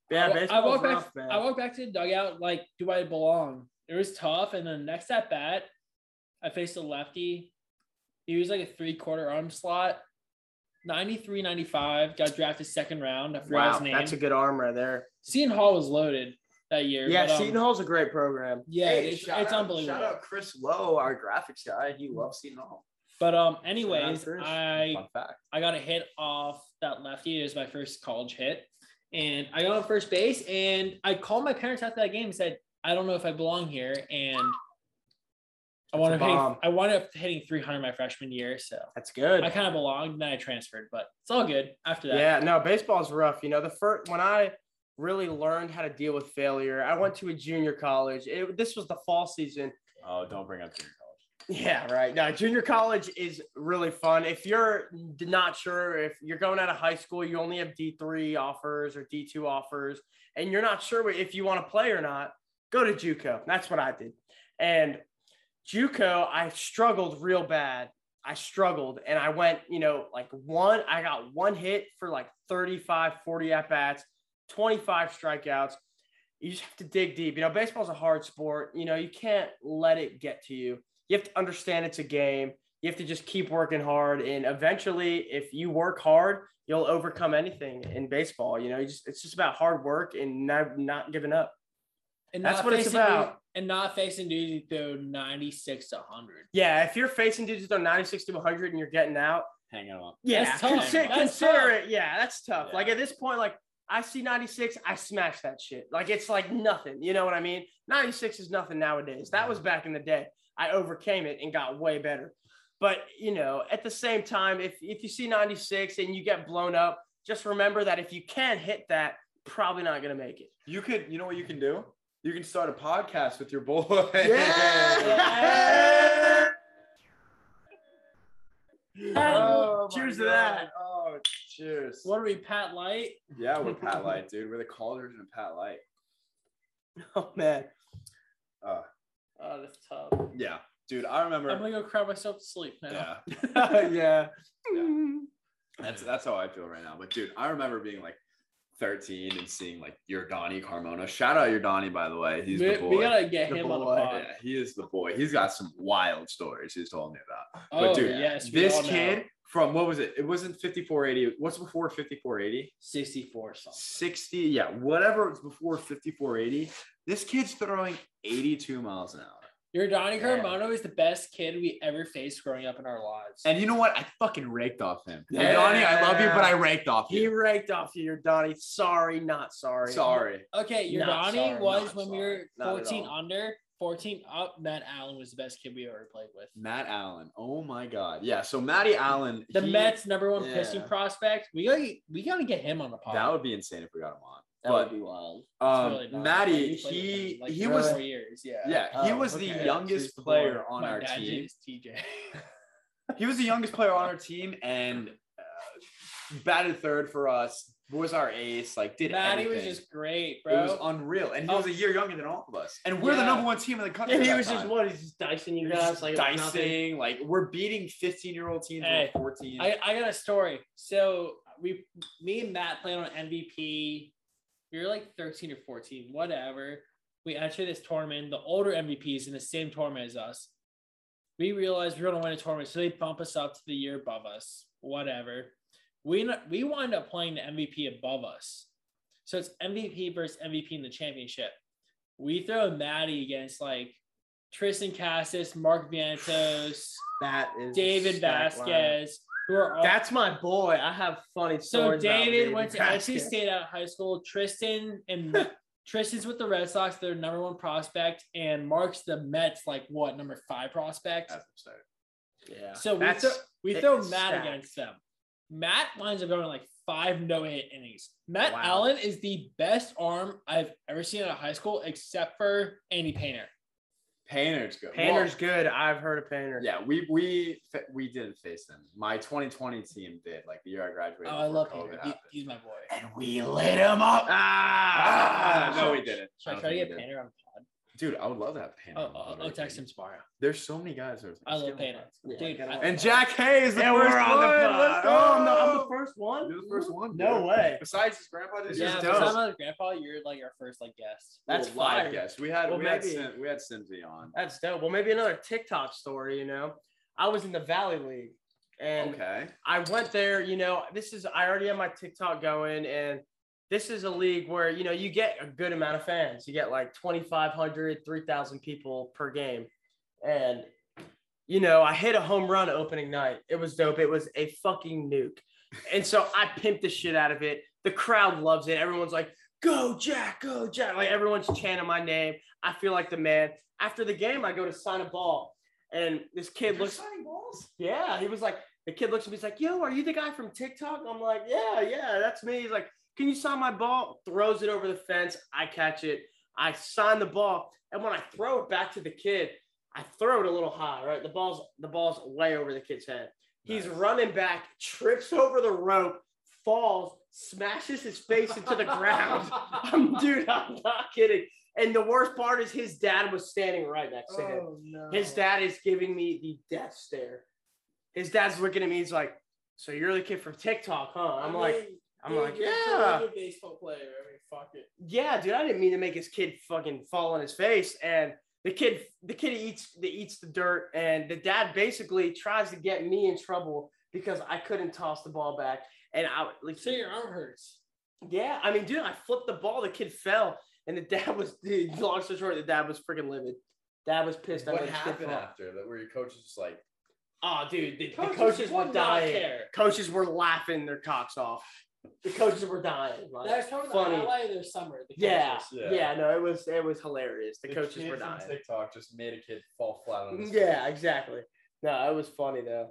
[SPEAKER 7] yeah,
[SPEAKER 3] I- I
[SPEAKER 7] baseball's
[SPEAKER 3] walked back.
[SPEAKER 7] rough, man.
[SPEAKER 3] I walked back to the dugout like, do I belong? It was tough. And then next at bat, I faced a lefty. He was like a three quarter arm slot, 93, 95. Got drafted second round. I forgot
[SPEAKER 7] wow,
[SPEAKER 3] his name.
[SPEAKER 7] that's a good arm right there.
[SPEAKER 3] Seton Hall was loaded that year.
[SPEAKER 7] Yeah,
[SPEAKER 3] but, um,
[SPEAKER 7] Seton Hall's a great program.
[SPEAKER 3] Yeah,
[SPEAKER 5] Hey,
[SPEAKER 3] it's,
[SPEAKER 5] shout
[SPEAKER 3] it's
[SPEAKER 5] out-
[SPEAKER 3] unbelievable.
[SPEAKER 5] Shout out Chris Lowe, our graphics guy. He loves seeing all.
[SPEAKER 3] But um, anyways,
[SPEAKER 5] Chris.
[SPEAKER 3] I
[SPEAKER 5] Fun fact.
[SPEAKER 3] I got a hit off that lefty. It was my first college hit. And I got on first base and I called my parents after that game and said, I don't know if I belong here. And I wound
[SPEAKER 7] a
[SPEAKER 3] up hitting,
[SPEAKER 7] bomb.
[SPEAKER 3] I wound up hitting 300 my freshman year. So
[SPEAKER 7] That's good.
[SPEAKER 3] I kind of belonged. And then I transferred, but it's all good after that.
[SPEAKER 7] Yeah, no, baseball's rough. You know, the first when I really learned how to deal with failure, I went to a junior college. It, this was the fall season.
[SPEAKER 5] Oh, don't bring up junior college.
[SPEAKER 7] Yeah, right. Now, junior college is really fun. If you're not sure, if you're going out of high school, you only have D3 offers or D2 offers, and you're not sure if you want to play or not, go to Juco. That's what I did. And Juco, I struggled real bad. I struggled and I went, you know, like one, I got one hit for like 35, 40 at bats, 25 strikeouts. You just have to dig deep. You know, baseball's a hard sport. You know, you can't let it get to you You have to understand it's a game. You have to just keep working hard, and eventually, if you work hard, you'll overcome anything in baseball. You know, you just, it's just about hard work and not not giving up.
[SPEAKER 3] And
[SPEAKER 7] That's
[SPEAKER 3] not
[SPEAKER 7] what it's
[SPEAKER 3] facing
[SPEAKER 7] about.
[SPEAKER 3] dudes- and not facing dudes though 96 to 100.
[SPEAKER 7] Yeah, if you're facing dudes that are 96 to 100 and you're getting out,
[SPEAKER 3] Hanging up.
[SPEAKER 7] yeah,
[SPEAKER 3] That's tough.
[SPEAKER 7] consi-
[SPEAKER 3] That's
[SPEAKER 7] consider
[SPEAKER 3] tough.
[SPEAKER 7] it. Yeah, that's tough. Like at this point, like I see 96, I smash that shit. Like it's like nothing. You know what I mean? 96 is nothing nowadays. That was back in the day. I overcame it and got way better. But you know, at the same time, if if you see 96 and you get blown up, just remember that if you can hit that, probably not gonna make it.
[SPEAKER 5] You could, you know what you can do? You can start a podcast with your boy.
[SPEAKER 7] Yeah!
[SPEAKER 5] Oh, my
[SPEAKER 7] Cheers to
[SPEAKER 5] God.
[SPEAKER 7] that.
[SPEAKER 5] Oh, cheers.
[SPEAKER 3] What are we, Pat Light?
[SPEAKER 5] Yeah, we're Pat Light, dude. We're the Calders and Pat Light.
[SPEAKER 7] Oh man.
[SPEAKER 5] Uh,
[SPEAKER 3] Oh, that's tough.
[SPEAKER 5] yeah, dude. I remember.
[SPEAKER 3] I'm gonna go cry myself to sleep now.
[SPEAKER 5] yeah.
[SPEAKER 7] yeah.
[SPEAKER 5] That's that's how I feel right now. But dude, I remember being like 13 and seeing like your Donnie Carmona. Shout out your Donnie, by the way. He's
[SPEAKER 3] we,
[SPEAKER 5] the boy.
[SPEAKER 3] we gotta get
[SPEAKER 7] The
[SPEAKER 3] him on the
[SPEAKER 7] boy.
[SPEAKER 3] pod.
[SPEAKER 5] yeah, he is the boy. He's got some wild stories he's told me about.
[SPEAKER 3] Oh,
[SPEAKER 5] but dude,
[SPEAKER 3] yes, we
[SPEAKER 5] this
[SPEAKER 3] all know.
[SPEAKER 5] kid from what was it? It wasn't 5480. What's before 5480?
[SPEAKER 3] 64 something.
[SPEAKER 5] 60, yeah, whatever was before 5480. This kid's throwing 82 miles an hour.
[SPEAKER 3] Your Donnie
[SPEAKER 7] Yeah.
[SPEAKER 3] Carmano is the best kid we ever faced growing up in our lives.
[SPEAKER 5] And you know what? I fucking raked off him. Hey,
[SPEAKER 7] Yeah.
[SPEAKER 5] Donnie, I love you, but I raked off
[SPEAKER 7] He
[SPEAKER 5] you.
[SPEAKER 7] raked off you, your Donnie. Sorry, not sorry.
[SPEAKER 5] Sorry.
[SPEAKER 3] okay, your
[SPEAKER 7] Not
[SPEAKER 3] Donnie
[SPEAKER 7] sorry,
[SPEAKER 3] was
[SPEAKER 7] not
[SPEAKER 3] when we
[SPEAKER 7] sorry.
[SPEAKER 3] were
[SPEAKER 5] Not at
[SPEAKER 3] 14
[SPEAKER 5] all.
[SPEAKER 3] under, 14 up. Matt Allen was the best kid we ever played with.
[SPEAKER 5] Matt Allen. Oh my God. Yeah. So Matty Allen.
[SPEAKER 3] The
[SPEAKER 5] he-
[SPEAKER 3] Mets number one pitching
[SPEAKER 5] yeah.
[SPEAKER 3] prospect. We gotta we gotta get him on the pod.
[SPEAKER 5] That would be insane if we got him on.
[SPEAKER 7] That
[SPEAKER 5] but
[SPEAKER 7] would be wild.
[SPEAKER 5] um,
[SPEAKER 3] It's really not. Like,
[SPEAKER 5] Matty,
[SPEAKER 3] we played with him
[SPEAKER 5] he
[SPEAKER 3] in, like,
[SPEAKER 5] he
[SPEAKER 3] three or
[SPEAKER 5] was
[SPEAKER 3] four years. Yeah.
[SPEAKER 5] yeah he
[SPEAKER 7] Oh,
[SPEAKER 5] was
[SPEAKER 7] okay.
[SPEAKER 5] the youngest
[SPEAKER 3] He's
[SPEAKER 5] player
[SPEAKER 3] born.
[SPEAKER 5] on
[SPEAKER 3] My
[SPEAKER 5] our
[SPEAKER 3] dad
[SPEAKER 5] team.
[SPEAKER 3] is TJ.
[SPEAKER 5] He was the youngest player on our team and uh, batted third for us. Was our ace like did
[SPEAKER 3] Matty was
[SPEAKER 5] everything.
[SPEAKER 3] just great,
[SPEAKER 5] it was
[SPEAKER 3] bro.
[SPEAKER 5] unreal and he was a year younger than all of us and we're the
[SPEAKER 3] Yeah.
[SPEAKER 5] number one team in the country.
[SPEAKER 7] And he
[SPEAKER 5] at
[SPEAKER 7] was
[SPEAKER 5] that
[SPEAKER 7] just
[SPEAKER 5] time.
[SPEAKER 7] what? He's just dicing you
[SPEAKER 5] He was
[SPEAKER 7] guys
[SPEAKER 5] just
[SPEAKER 7] like it was nothing.
[SPEAKER 5] dicing like we're beating fifteen year old teams.
[SPEAKER 3] Hey,
[SPEAKER 5] we're fourteen.
[SPEAKER 3] I, I got a story. So we me and Matt played on MVP. We were like 13 or 14, whatever. We enter this tournament. The older MVPs in the same tournament as us. We realized we were gonna win a tournament, so they bump us up to the year above us, whatever. We n- we wind up playing the MVP above us. So it's MVP versus MVP in the championship. We throw Maddie against like Tristan Cassis, Mark Vientos,
[SPEAKER 7] That is
[SPEAKER 3] David
[SPEAKER 7] stacked lineup.
[SPEAKER 3] Vasquez, who are all
[SPEAKER 7] That's my boy. I have funny
[SPEAKER 3] Oh. so
[SPEAKER 7] stories. about
[SPEAKER 3] David went to E NC
[SPEAKER 7] Vasquez.
[SPEAKER 3] State out of high school. Tristan and Tristan's with the Red Sox, their number one prospect, and Mark's the Mets, like what number five prospect.
[SPEAKER 5] That's absurd.
[SPEAKER 7] Yeah.
[SPEAKER 3] so we,
[SPEAKER 7] that's
[SPEAKER 3] throw we throw Matt
[SPEAKER 7] it's stacked.
[SPEAKER 3] against them. Matt winds up going like five no hit innings. Matt
[SPEAKER 7] Wow.
[SPEAKER 3] Allen is the best arm I've ever seen out of high school, except for Andy Painter.
[SPEAKER 5] Painter's good.
[SPEAKER 7] Painter's good. I've heard of Painter.
[SPEAKER 5] Well, yeah, we we fa- we didn't face them. My 2020 team did. Like the year I graduated.
[SPEAKER 3] Oh, I
[SPEAKER 5] before
[SPEAKER 3] love Painter.
[SPEAKER 5] COVID
[SPEAKER 3] He-
[SPEAKER 5] happened.
[SPEAKER 3] he's my boy.
[SPEAKER 5] and we lit him up. Ah, no, we didn't.
[SPEAKER 3] Should I
[SPEAKER 5] don't
[SPEAKER 3] try
[SPEAKER 5] think
[SPEAKER 3] to get
[SPEAKER 5] we did.
[SPEAKER 3] Painter on the
[SPEAKER 5] Dude, I would love that Painter.
[SPEAKER 3] pod? Oh, I'll, I'll text him tomorrow.
[SPEAKER 5] There's so many guys. That are
[SPEAKER 3] I love Painter,
[SPEAKER 7] Yeah,
[SPEAKER 3] dude.
[SPEAKER 7] get him
[SPEAKER 3] I-
[SPEAKER 7] on.
[SPEAKER 5] And Jack Hayes. is the
[SPEAKER 7] And
[SPEAKER 5] first
[SPEAKER 7] we're on the
[SPEAKER 5] one.
[SPEAKER 7] pod.
[SPEAKER 5] Let's go.
[SPEAKER 7] Oh, I'm the, I'm the first one.
[SPEAKER 5] You're the first one.
[SPEAKER 7] No
[SPEAKER 5] dude.
[SPEAKER 7] way.
[SPEAKER 5] Besides his grandpa, this
[SPEAKER 3] yeah,
[SPEAKER 5] is
[SPEAKER 3] if
[SPEAKER 5] dope.
[SPEAKER 3] it's not about grandpa, you're like our first like guest.
[SPEAKER 7] That's
[SPEAKER 5] Well, live
[SPEAKER 7] fire.
[SPEAKER 5] guest. We had
[SPEAKER 7] Well,
[SPEAKER 5] we had,
[SPEAKER 7] maybe-
[SPEAKER 5] Sim, we had Simsy on.
[SPEAKER 7] That's dope. Well, maybe another TikTok story. You know, I was in the Valley League, and
[SPEAKER 5] Okay.
[SPEAKER 7] I went there, you know, this is I already have my TikTok going and this is a league where, you know, you get a good amount of fans. You get like 2,500, 3,000 people per game. And, you know, I hit a home run opening night. It was dope. It was a fucking nuke. And so I pimped the shit out of it. The crowd loves it. Everyone's like, go, Jack, go, Jack. Like everyone's chanting my name. I feel like the man. After the game, I go to sign a ball. And this kid looks yeah, he was like, the kid looks at me, he's like, yo, are you the guy from TikTok? I'm like, yeah, yeah, that's me. He's like, can you sign my ball? Throws it over the fence. I catch it. I sign the ball. And when I throw it back to the kid, I throw it a little high, right? The ball's the ball's way over the kid's head. He's running back, trips over the rope, falls, smashes his face into the ground. I'm, dude, I'm not kidding. And the worst part is his dad was standing right next to him.
[SPEAKER 3] Oh, no.
[SPEAKER 6] Oh,
[SPEAKER 7] His dad is giving me the death stare. His dad's looking at me. He's like, "So you're the kid from TikTok, huh?" I'm like, "I'm like, yeah,
[SPEAKER 3] baseball player. I mean, fuck it.
[SPEAKER 7] yeah, dude. I didn't mean to make his kid fucking fall on his face." And the kid the kid eats the eats the dirt and the dad basically tries to get me in trouble because I couldn't toss the ball back and I like
[SPEAKER 3] So your arm hurts.
[SPEAKER 7] yeah I mean dude I flipped the ball the kid fell and the dad was dude long story short the dad was freaking livid dad was pissed I
[SPEAKER 5] What
[SPEAKER 7] let the kid
[SPEAKER 5] happened
[SPEAKER 7] fall.
[SPEAKER 5] after that? Where your coach is just like,
[SPEAKER 7] oh dude the the coaches,
[SPEAKER 3] Coaches would
[SPEAKER 7] were
[SPEAKER 3] not
[SPEAKER 7] dying
[SPEAKER 3] care.
[SPEAKER 7] coaches were laughing their cocks off the coaches were dying like,
[SPEAKER 3] That's probably
[SPEAKER 7] funny.
[SPEAKER 3] the highlight of their summer. The
[SPEAKER 7] yeah,
[SPEAKER 3] coaches.
[SPEAKER 5] Yeah.
[SPEAKER 7] yeah no it was it was hilarious the, coaches
[SPEAKER 5] kid
[SPEAKER 7] were
[SPEAKER 5] from
[SPEAKER 7] dying. Mm-hmm,
[SPEAKER 5] TikTok just made a kid fall flat on his
[SPEAKER 7] Yeah, exactly. No, it was funny though.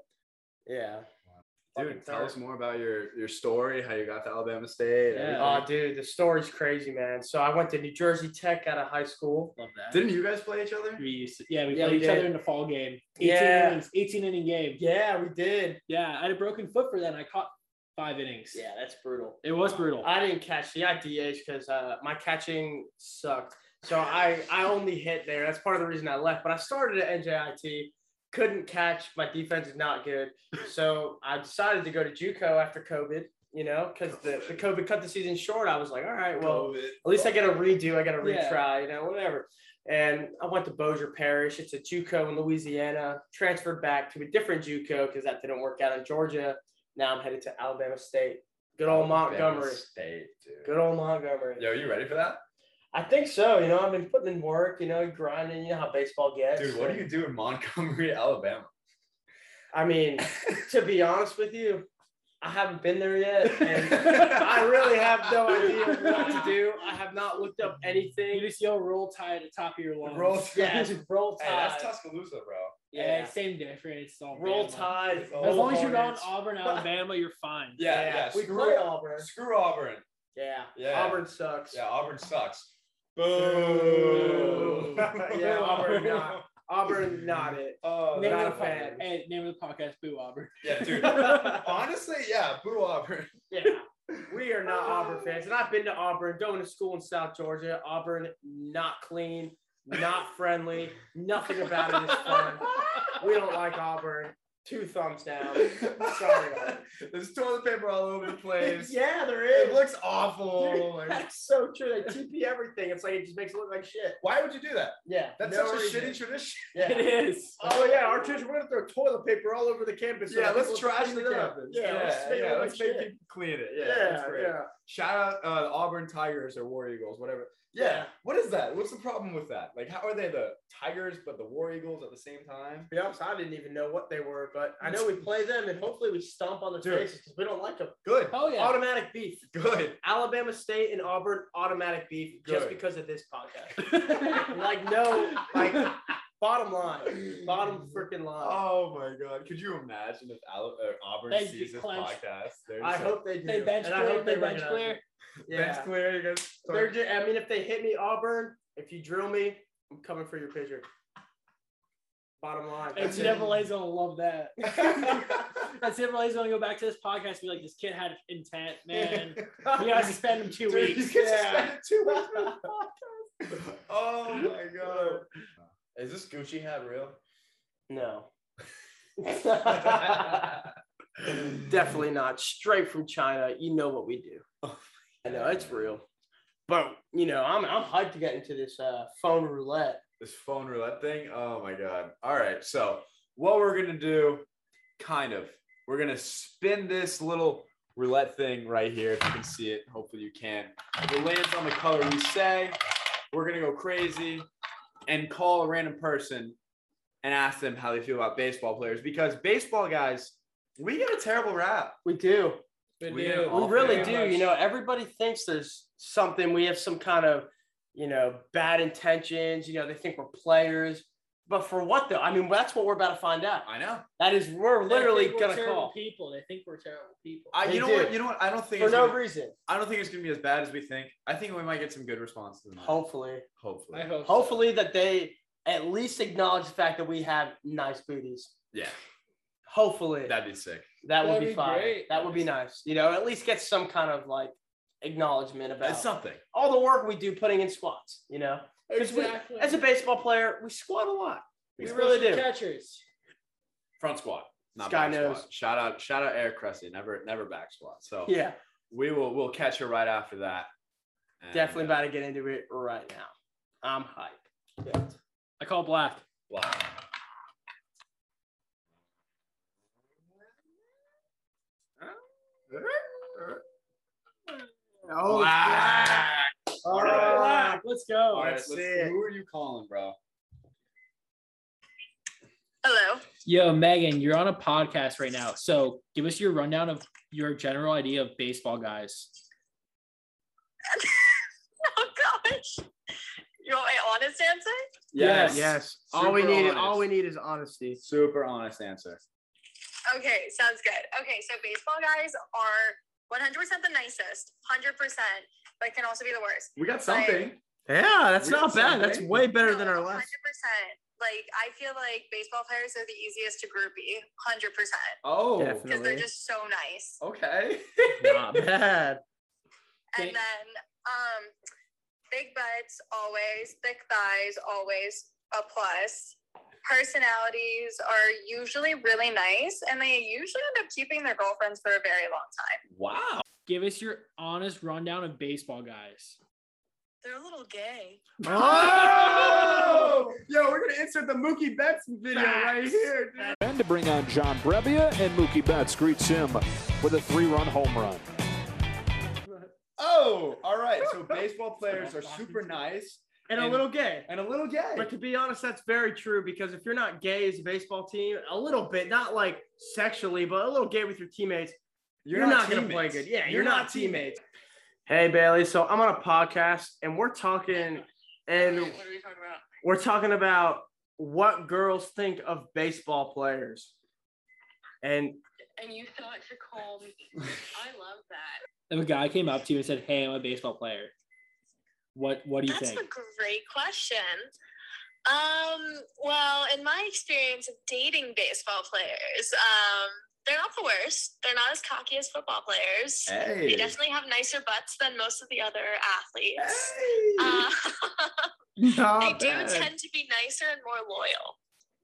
[SPEAKER 7] Yeah.
[SPEAKER 5] face. dude. Tell us more about your your story, how you got to Alabama State. everything.
[SPEAKER 7] Oh, dude, the story's crazy, man. So I went to New Jersey Tech out of high school.
[SPEAKER 3] Love that.
[SPEAKER 5] Didn't you guys play each other?
[SPEAKER 3] We used to, yeah, we
[SPEAKER 7] Yeah,
[SPEAKER 3] played
[SPEAKER 7] we
[SPEAKER 3] each
[SPEAKER 7] did.
[SPEAKER 3] other in the fall game. 18
[SPEAKER 7] Yeah.
[SPEAKER 3] innings, 18 inning game. Yeah.
[SPEAKER 7] Yeah, we did.
[SPEAKER 3] I had a broken foot for that and I caught five innings.
[SPEAKER 7] Yeah, that's brutal.
[SPEAKER 3] It was brutal.
[SPEAKER 7] I didn't catch the IDH because uh, my catching sucked. So I I only hit there. That's part of the reason I left. But I started at NJIT, couldn't catch. My defense is not good. So I decided to go to JUCO after COVID. You know, because the, the COVID cut the season short. I was like, all right, well,
[SPEAKER 5] COVID.
[SPEAKER 7] at least I got a redo. I got a
[SPEAKER 3] Yeah.
[SPEAKER 7] retry, you know, whatever. And I went to Bossier Parish. It's a JUCO in Louisiana. Transferred back to a different JUCO because that didn't work out in Georgia. Now I'm headed to Alabama State. Good old
[SPEAKER 5] Alabama
[SPEAKER 7] Montgomery.
[SPEAKER 5] State, dude.
[SPEAKER 7] Good old Montgomery.
[SPEAKER 5] Yo, you ready for that?
[SPEAKER 7] I think so. You know, I've been putting in work. You know, grinding. You know how baseball gets.
[SPEAKER 5] Dude, what do you do in Montgomery, Alabama?
[SPEAKER 7] I mean, to be honest with you, I haven't been there yet, and I really have no idea what to do. I have not looked up
[SPEAKER 3] you
[SPEAKER 7] anything.
[SPEAKER 3] just yell roll tie at the top of your lungs.
[SPEAKER 5] Roll
[SPEAKER 7] Yeah, just roll
[SPEAKER 5] Hey,
[SPEAKER 7] tide.
[SPEAKER 5] that's Tuscaloosa, bro.
[SPEAKER 3] Yeah,
[SPEAKER 7] Yeah.
[SPEAKER 3] same difference. It's all
[SPEAKER 7] Roll
[SPEAKER 3] Bama.
[SPEAKER 7] Tide.
[SPEAKER 5] As
[SPEAKER 3] As long as you're not in
[SPEAKER 7] Hornets.
[SPEAKER 3] Auburn, Alabama, you're fine.
[SPEAKER 5] Yeah, yeah.
[SPEAKER 7] we
[SPEAKER 5] screw,
[SPEAKER 7] play Auburn.
[SPEAKER 5] screw Auburn.
[SPEAKER 7] Yeah.
[SPEAKER 5] Yeah.
[SPEAKER 7] Auburn sucks.
[SPEAKER 5] Yeah, Auburn sucks.
[SPEAKER 7] Boo.
[SPEAKER 5] Boo.
[SPEAKER 7] Yeah, Auburn not. Auburn not it.
[SPEAKER 5] Oh,
[SPEAKER 7] Name
[SPEAKER 5] not
[SPEAKER 7] of the
[SPEAKER 5] Auburn.
[SPEAKER 7] fan.
[SPEAKER 3] Hey, name of the podcast, Boo Auburn.
[SPEAKER 5] Yeah, dude. Honestly, yeah, boo Auburn.
[SPEAKER 7] Yeah. We are not Auburn fans, and I've been to Auburn, going to school in South Georgia. Auburn not clean, not friendly, nothing about it is fun. We don't like Auburn. Two thumbs down. Sorry. Auburn.
[SPEAKER 5] There's toilet paper all over the place.
[SPEAKER 7] yeah, there
[SPEAKER 5] It
[SPEAKER 7] is.
[SPEAKER 5] looks awful.
[SPEAKER 7] Dude,
[SPEAKER 5] Like,
[SPEAKER 7] that's so true. They TP everything. It's like it just makes it look like shit.
[SPEAKER 5] why would you do that?
[SPEAKER 7] Yeah.
[SPEAKER 5] That's
[SPEAKER 7] no
[SPEAKER 5] such a
[SPEAKER 7] reason.
[SPEAKER 5] shitty tradition.
[SPEAKER 7] Yeah.
[SPEAKER 3] It is.
[SPEAKER 7] Oh yeah, our church. We're gonna throw toilet paper all over the campus. so
[SPEAKER 5] Yeah,
[SPEAKER 7] that
[SPEAKER 5] let's
[SPEAKER 7] people
[SPEAKER 5] trash
[SPEAKER 7] clean
[SPEAKER 5] the campus.
[SPEAKER 7] Yeah, let's make,
[SPEAKER 5] yeah,
[SPEAKER 7] it
[SPEAKER 5] let's
[SPEAKER 7] look
[SPEAKER 5] make
[SPEAKER 7] shit.
[SPEAKER 5] people clean it. Yeah,
[SPEAKER 7] Yeah,
[SPEAKER 5] that's
[SPEAKER 7] yeah,
[SPEAKER 5] great. Shout out uh, the Auburn Tigers or War Eagles, whatever. Yeah.
[SPEAKER 7] Yeah.
[SPEAKER 5] What is that? What's the problem with that? Like, how are they the Tigers but the War Eagles at the same time?
[SPEAKER 7] To be honest, I didn't even know what they were, but I know we play them, and hopefully we stomp on their
[SPEAKER 5] Dude.
[SPEAKER 7] faces because we don't like them.
[SPEAKER 5] Good.
[SPEAKER 3] Oh yeah.
[SPEAKER 7] Automatic beef.
[SPEAKER 5] Good.
[SPEAKER 7] Alabama State and Auburn automatic beef
[SPEAKER 5] Good.
[SPEAKER 7] just because of this podcast. like no, like bottom line, bottom freaking line.
[SPEAKER 5] Oh my God! Could you imagine if Al- uh, Auburn
[SPEAKER 3] They
[SPEAKER 5] sees this
[SPEAKER 3] clenched.
[SPEAKER 5] podcast? They're
[SPEAKER 7] I
[SPEAKER 5] just
[SPEAKER 7] hope they do.
[SPEAKER 3] Oh, They bench
[SPEAKER 7] and I
[SPEAKER 3] clear.
[SPEAKER 7] hope
[SPEAKER 3] They
[SPEAKER 7] they
[SPEAKER 3] bench
[SPEAKER 7] recognize
[SPEAKER 3] clear.
[SPEAKER 7] it.
[SPEAKER 5] like,
[SPEAKER 7] Yeah.
[SPEAKER 5] "Bench clear, you guys start-
[SPEAKER 7] They're just, I mean, if they hit me, Auburn, if you drill me, I'm coming for your picture. Bottom line.
[SPEAKER 3] And
[SPEAKER 7] that's it.
[SPEAKER 3] NCAA's gonna love that. NCAA's gonna go back to this podcast and be like, this kid had intent, man. We gotta suspend him two
[SPEAKER 5] Dude, you
[SPEAKER 3] weeks.
[SPEAKER 5] guys
[SPEAKER 7] yeah.
[SPEAKER 5] spent two weeks on the podcast. Oh my God! Is this Gucci hat real?
[SPEAKER 7] No. Definitely not. Straight from China. You know what we
[SPEAKER 3] Oh,
[SPEAKER 7] do. I know it's real. But you know, I'm I'm hyped to get into this uh, phone roulette.
[SPEAKER 5] this phone roulette thing. Oh my god. All right. So what we're gonna do, kind of, we're gonna spin this little roulette thing right here. If you can see it, hopefully you can. It lands on the color we say. We're gonna go crazy and call a random person and ask them how they feel about baseball players because baseball guys, we get a terrible rap.
[SPEAKER 7] We do.
[SPEAKER 3] But
[SPEAKER 5] We
[SPEAKER 3] dude,
[SPEAKER 5] gotta
[SPEAKER 7] We
[SPEAKER 5] Oh,
[SPEAKER 7] really
[SPEAKER 5] yeah.
[SPEAKER 7] do. You know, everybody thinks there's something. We have some kind of, you know, bad intentions. You know, they think we're players. But for what though? I mean, that's what we're about to find out.
[SPEAKER 5] I know.
[SPEAKER 7] That is, we're
[SPEAKER 3] they
[SPEAKER 7] literally
[SPEAKER 3] think we're
[SPEAKER 7] gonna
[SPEAKER 3] terrible
[SPEAKER 7] call
[SPEAKER 3] people. They think we're terrible people.
[SPEAKER 5] I,
[SPEAKER 7] They
[SPEAKER 5] you know
[SPEAKER 7] do.
[SPEAKER 5] what? You know what? I don't think
[SPEAKER 7] for
[SPEAKER 5] it's
[SPEAKER 7] no
[SPEAKER 5] gonna,
[SPEAKER 7] reason.
[SPEAKER 5] I don't think it's gonna be as bad as we think. I think we might get some good responses. than that.
[SPEAKER 7] Hopefully,
[SPEAKER 5] Hopefully.
[SPEAKER 3] I hope. so.
[SPEAKER 7] hopefully that they at least acknowledge the fact that we have nice booties.
[SPEAKER 5] Yeah,
[SPEAKER 7] Hopefully, that,
[SPEAKER 5] that'd be sick.
[SPEAKER 7] would
[SPEAKER 3] that'd
[SPEAKER 7] be,
[SPEAKER 3] be
[SPEAKER 7] fine.
[SPEAKER 3] great.
[SPEAKER 7] That would be nice. You know, at least get some kind of like acknowledgement about
[SPEAKER 5] It's something.
[SPEAKER 7] all the work we do putting in squats. You know, 'Cause we-
[SPEAKER 3] Exactly.
[SPEAKER 7] as a baseball player, we squat a lot. We
[SPEAKER 3] Especially
[SPEAKER 7] really do.
[SPEAKER 3] Catchers.
[SPEAKER 5] front squat. Not
[SPEAKER 7] Sky
[SPEAKER 5] back
[SPEAKER 7] knows.
[SPEAKER 5] squat. Shout out, shout out Eric Cressy. Never, never back squat. So
[SPEAKER 7] Yeah,
[SPEAKER 5] we will, we'll catch her right after that. And,
[SPEAKER 7] definitely
[SPEAKER 5] uh,
[SPEAKER 7] about to get into it right now. I'm hyped.
[SPEAKER 3] I call black.
[SPEAKER 10] Black.
[SPEAKER 6] Oh, black. All right.
[SPEAKER 3] Black. Let's go.
[SPEAKER 5] All right,
[SPEAKER 6] That's
[SPEAKER 5] let's,
[SPEAKER 6] it.
[SPEAKER 5] who are you calling, bro?
[SPEAKER 11] Hello.
[SPEAKER 3] Yo, Megan, you're on a podcast right now. So give us your rundown of your general idea of baseball guys.
[SPEAKER 11] Oh gosh. You want my honest answer?
[SPEAKER 5] Yes.
[SPEAKER 7] Yes. All we
[SPEAKER 5] Super
[SPEAKER 7] need.
[SPEAKER 5] honest.
[SPEAKER 7] All we need is honesty.
[SPEAKER 5] Super honest answer.
[SPEAKER 11] Okay, sounds good. Okay, so baseball guys are 100% the nicest, 100%, but can also be the worst.
[SPEAKER 5] We got something.
[SPEAKER 7] Yeah, that's
[SPEAKER 5] We got
[SPEAKER 7] not bad. That's
[SPEAKER 5] something.
[SPEAKER 7] way better than
[SPEAKER 11] No,
[SPEAKER 7] our last.
[SPEAKER 11] 100%. Like, I feel like baseball players are the easiest to groupie, 100%,
[SPEAKER 5] Oh.
[SPEAKER 7] Definitely.
[SPEAKER 11] because they're just so nice.
[SPEAKER 5] Okay.
[SPEAKER 7] Not bad.
[SPEAKER 11] And
[SPEAKER 3] Okay.
[SPEAKER 11] then um big butts always, thick thighs always a plus. Personalities are usually really nice and they usually end up keeping their girlfriends for a very long time.
[SPEAKER 10] Wow.
[SPEAKER 3] Give us your honest rundown of baseball guys.
[SPEAKER 11] They're a little gay.
[SPEAKER 5] Oh! Yo, we're gonna insert the Mookie Betts video right here, dude.
[SPEAKER 12] And to bring on John Brebbia, and Mookie Betts greets him with a three-run home run.
[SPEAKER 5] Oh, all right. So baseball players are super nice
[SPEAKER 7] And a
[SPEAKER 5] And-
[SPEAKER 7] little gay.
[SPEAKER 5] and a little gay.
[SPEAKER 7] But to be honest, that's very true because if you're not gay as a baseball team, a little bit, not like sexually, but a little gay with your teammates, you're, not, going to play
[SPEAKER 5] teammates.
[SPEAKER 7] good. Yeah, you're, not, teammates. Hey, Bailey. So I'm on a podcast and we're talking, and
[SPEAKER 11] what are we talking about?
[SPEAKER 7] we're talking about what girls think of baseball players. And
[SPEAKER 11] And you thought to call me. I love that.
[SPEAKER 3] If a guy came up to you and said, "Hey, I'm a baseball player," what what do you
[SPEAKER 11] That's
[SPEAKER 3] think?
[SPEAKER 11] a great question. Um, well, in my experience of dating baseball players, um, they're not the worst. They're not as cocky as football players. They
[SPEAKER 5] Hey.
[SPEAKER 11] definitely have nicer butts than most of the other athletes.
[SPEAKER 5] Hey.
[SPEAKER 11] Uh, they
[SPEAKER 7] not
[SPEAKER 11] do
[SPEAKER 7] bad.
[SPEAKER 11] tend to be nicer and more loyal.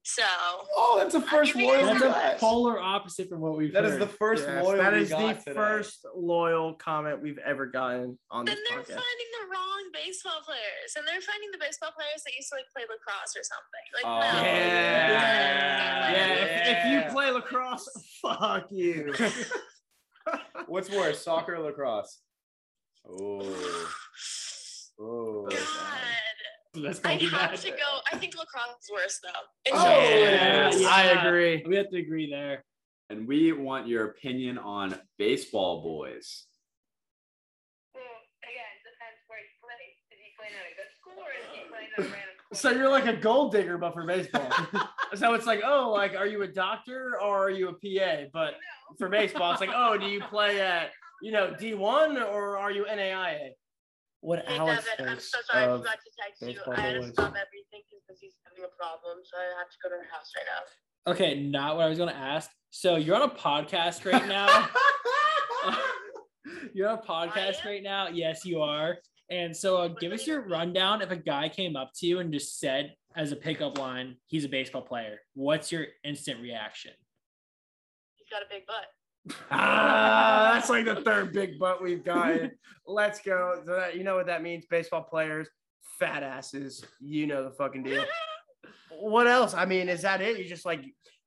[SPEAKER 11] So,
[SPEAKER 5] oh, that's the first
[SPEAKER 11] That's
[SPEAKER 5] loyal
[SPEAKER 3] That's a
[SPEAKER 5] class.
[SPEAKER 3] polar opposite from what we've
[SPEAKER 5] That
[SPEAKER 3] heard.
[SPEAKER 5] is the first
[SPEAKER 7] Yes,
[SPEAKER 5] loyal.
[SPEAKER 7] that
[SPEAKER 5] we
[SPEAKER 7] is the
[SPEAKER 5] got today.
[SPEAKER 7] first loyal comment we've ever gotten on
[SPEAKER 11] then
[SPEAKER 7] this
[SPEAKER 11] they're
[SPEAKER 7] podcast.
[SPEAKER 11] finding the wrong baseball players, and they're finding the baseball players that used to like play lacrosse or something. Like,
[SPEAKER 5] Oh,
[SPEAKER 11] no.
[SPEAKER 7] Yeah.
[SPEAKER 5] yeah.
[SPEAKER 7] yeah. If, if
[SPEAKER 5] Yeah.
[SPEAKER 7] you play lacrosse, fuck you.
[SPEAKER 5] What's worse, soccer or lacrosse? Oh. Oh.
[SPEAKER 11] God.
[SPEAKER 3] That's
[SPEAKER 7] Oh,
[SPEAKER 11] I
[SPEAKER 3] fucking
[SPEAKER 11] have
[SPEAKER 3] bad.
[SPEAKER 11] to go. I think lacrosse is worse though. It's
[SPEAKER 5] Oh,
[SPEAKER 7] yeah,
[SPEAKER 3] yeah.
[SPEAKER 7] I agree.
[SPEAKER 3] We have to agree there.
[SPEAKER 5] And we want your opinion on baseball boys.
[SPEAKER 11] again, depends where he plays. Is he playing at a good school or is he playing at a random school?
[SPEAKER 7] So you're like a gold digger, but for baseball. so it's like, oh, like, are you a doctor or are you a PA? But for baseball, it's like, oh, do you play at, you know, D1 or are you NAIA? What
[SPEAKER 11] Hey, Devin, I'm so sorry I forgot to text you.
[SPEAKER 7] baseball
[SPEAKER 11] I had to
[SPEAKER 7] boys.
[SPEAKER 11] stop everything because he's having a problem, so I have to go to her house right now.
[SPEAKER 3] Okay, not what I was gonna ask. So you're on a podcast right now. you're on a podcast
[SPEAKER 11] am?
[SPEAKER 3] right now. Yes, you are. And so, uh, give us your rundown. If a guy came up to you and just said, as a pickup line, he's a baseball player. What's your instant reaction?
[SPEAKER 11] He's got a big butt.
[SPEAKER 7] Ah, that's like the third big butt we've gotten. Let's go. So that- you know what that means? Baseball players, fat asses. You know the fucking deal. What else? I mean, is that it? You just like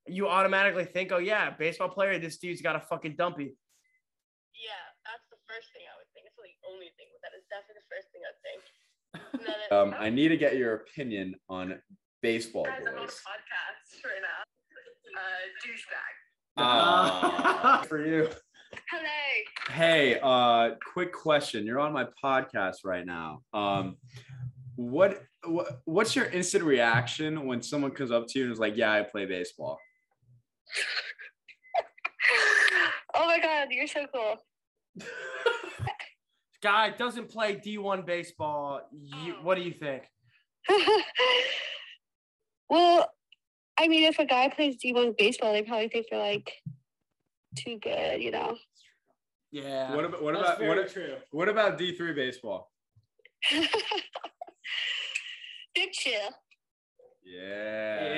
[SPEAKER 7] you automatically think, oh yeah, baseball player. This dude's got a fucking dumpy.
[SPEAKER 11] Yeah, that's the first thing I would think. It's not the only thing, but that is definitely the first thing I'd think. And then it-
[SPEAKER 5] Um, I need to get your opinion on baseball
[SPEAKER 11] Guys, I'm on a
[SPEAKER 5] boys.
[SPEAKER 11] podcast right now. Uh, douchebag.
[SPEAKER 5] Ah, for you.
[SPEAKER 11] Hello.
[SPEAKER 5] Hey, uh, quick question. You're on my podcast right now. Um, what, what what's your instant reaction when someone comes up to you and is like, "Yeah, I play baseball."
[SPEAKER 11] oh my god, you're so cool.
[SPEAKER 7] Guy doesn't play D1 baseball. You, what do you think?
[SPEAKER 11] well, I mean, if a guy plays D1 baseball, they probably think they're like too good, you know?
[SPEAKER 7] Yeah.
[SPEAKER 5] What about what about what, a-
[SPEAKER 3] true.
[SPEAKER 5] what about D three baseball?
[SPEAKER 11] They're chill.
[SPEAKER 5] Yeah.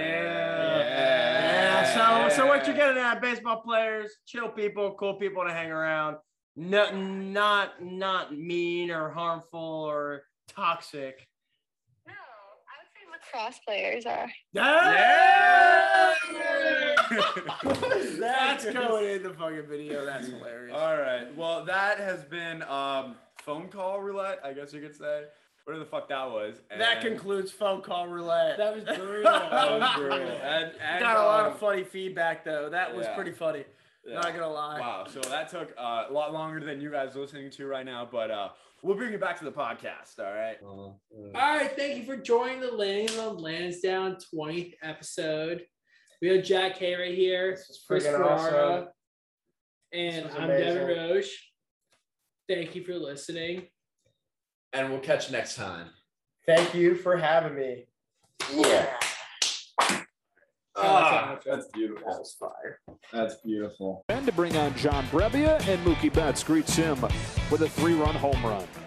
[SPEAKER 7] Yeah. So, so what you're getting at? Baseball players, chill people, cool people to hang around. No, not not mean or harmful or toxic.
[SPEAKER 11] No, I would say much cross players are.
[SPEAKER 7] Yeah!
[SPEAKER 5] That's
[SPEAKER 7] going in the fucking video. That's hilarious.
[SPEAKER 5] All right. Well, that has been um, phone call roulette, I guess you could say. Whatever the fuck that was.
[SPEAKER 7] That
[SPEAKER 5] And-
[SPEAKER 7] concludes phone call roulette. That was brutal.
[SPEAKER 5] That was brutal. And- and,
[SPEAKER 7] Got a lot
[SPEAKER 5] um,
[SPEAKER 7] of funny feedback though. That was
[SPEAKER 5] yeah.
[SPEAKER 7] pretty funny.
[SPEAKER 5] Yeah.
[SPEAKER 7] Not gonna lie.
[SPEAKER 5] Wow. So that took uh, a lot longer than you guys listening to right now, but uh, we'll bring you back to the podcast. All right.
[SPEAKER 3] All right, thank you for joining the Landing on Lansdowne 20th episode. We have Jack Hay right here, Chris
[SPEAKER 7] friggin'
[SPEAKER 3] Ferrara,
[SPEAKER 7] awesome.
[SPEAKER 3] and
[SPEAKER 7] This was
[SPEAKER 3] I'm Devin
[SPEAKER 7] amazing.
[SPEAKER 3] Roche. Thank you for listening.
[SPEAKER 6] And we'll catch you next time.
[SPEAKER 7] Thank you for having me. Yeah.
[SPEAKER 5] Ah, that's beautiful. That was fire. That's beautiful.
[SPEAKER 12] And to bring on John Brebbia and Mookie Betts greets him with a three-run home run.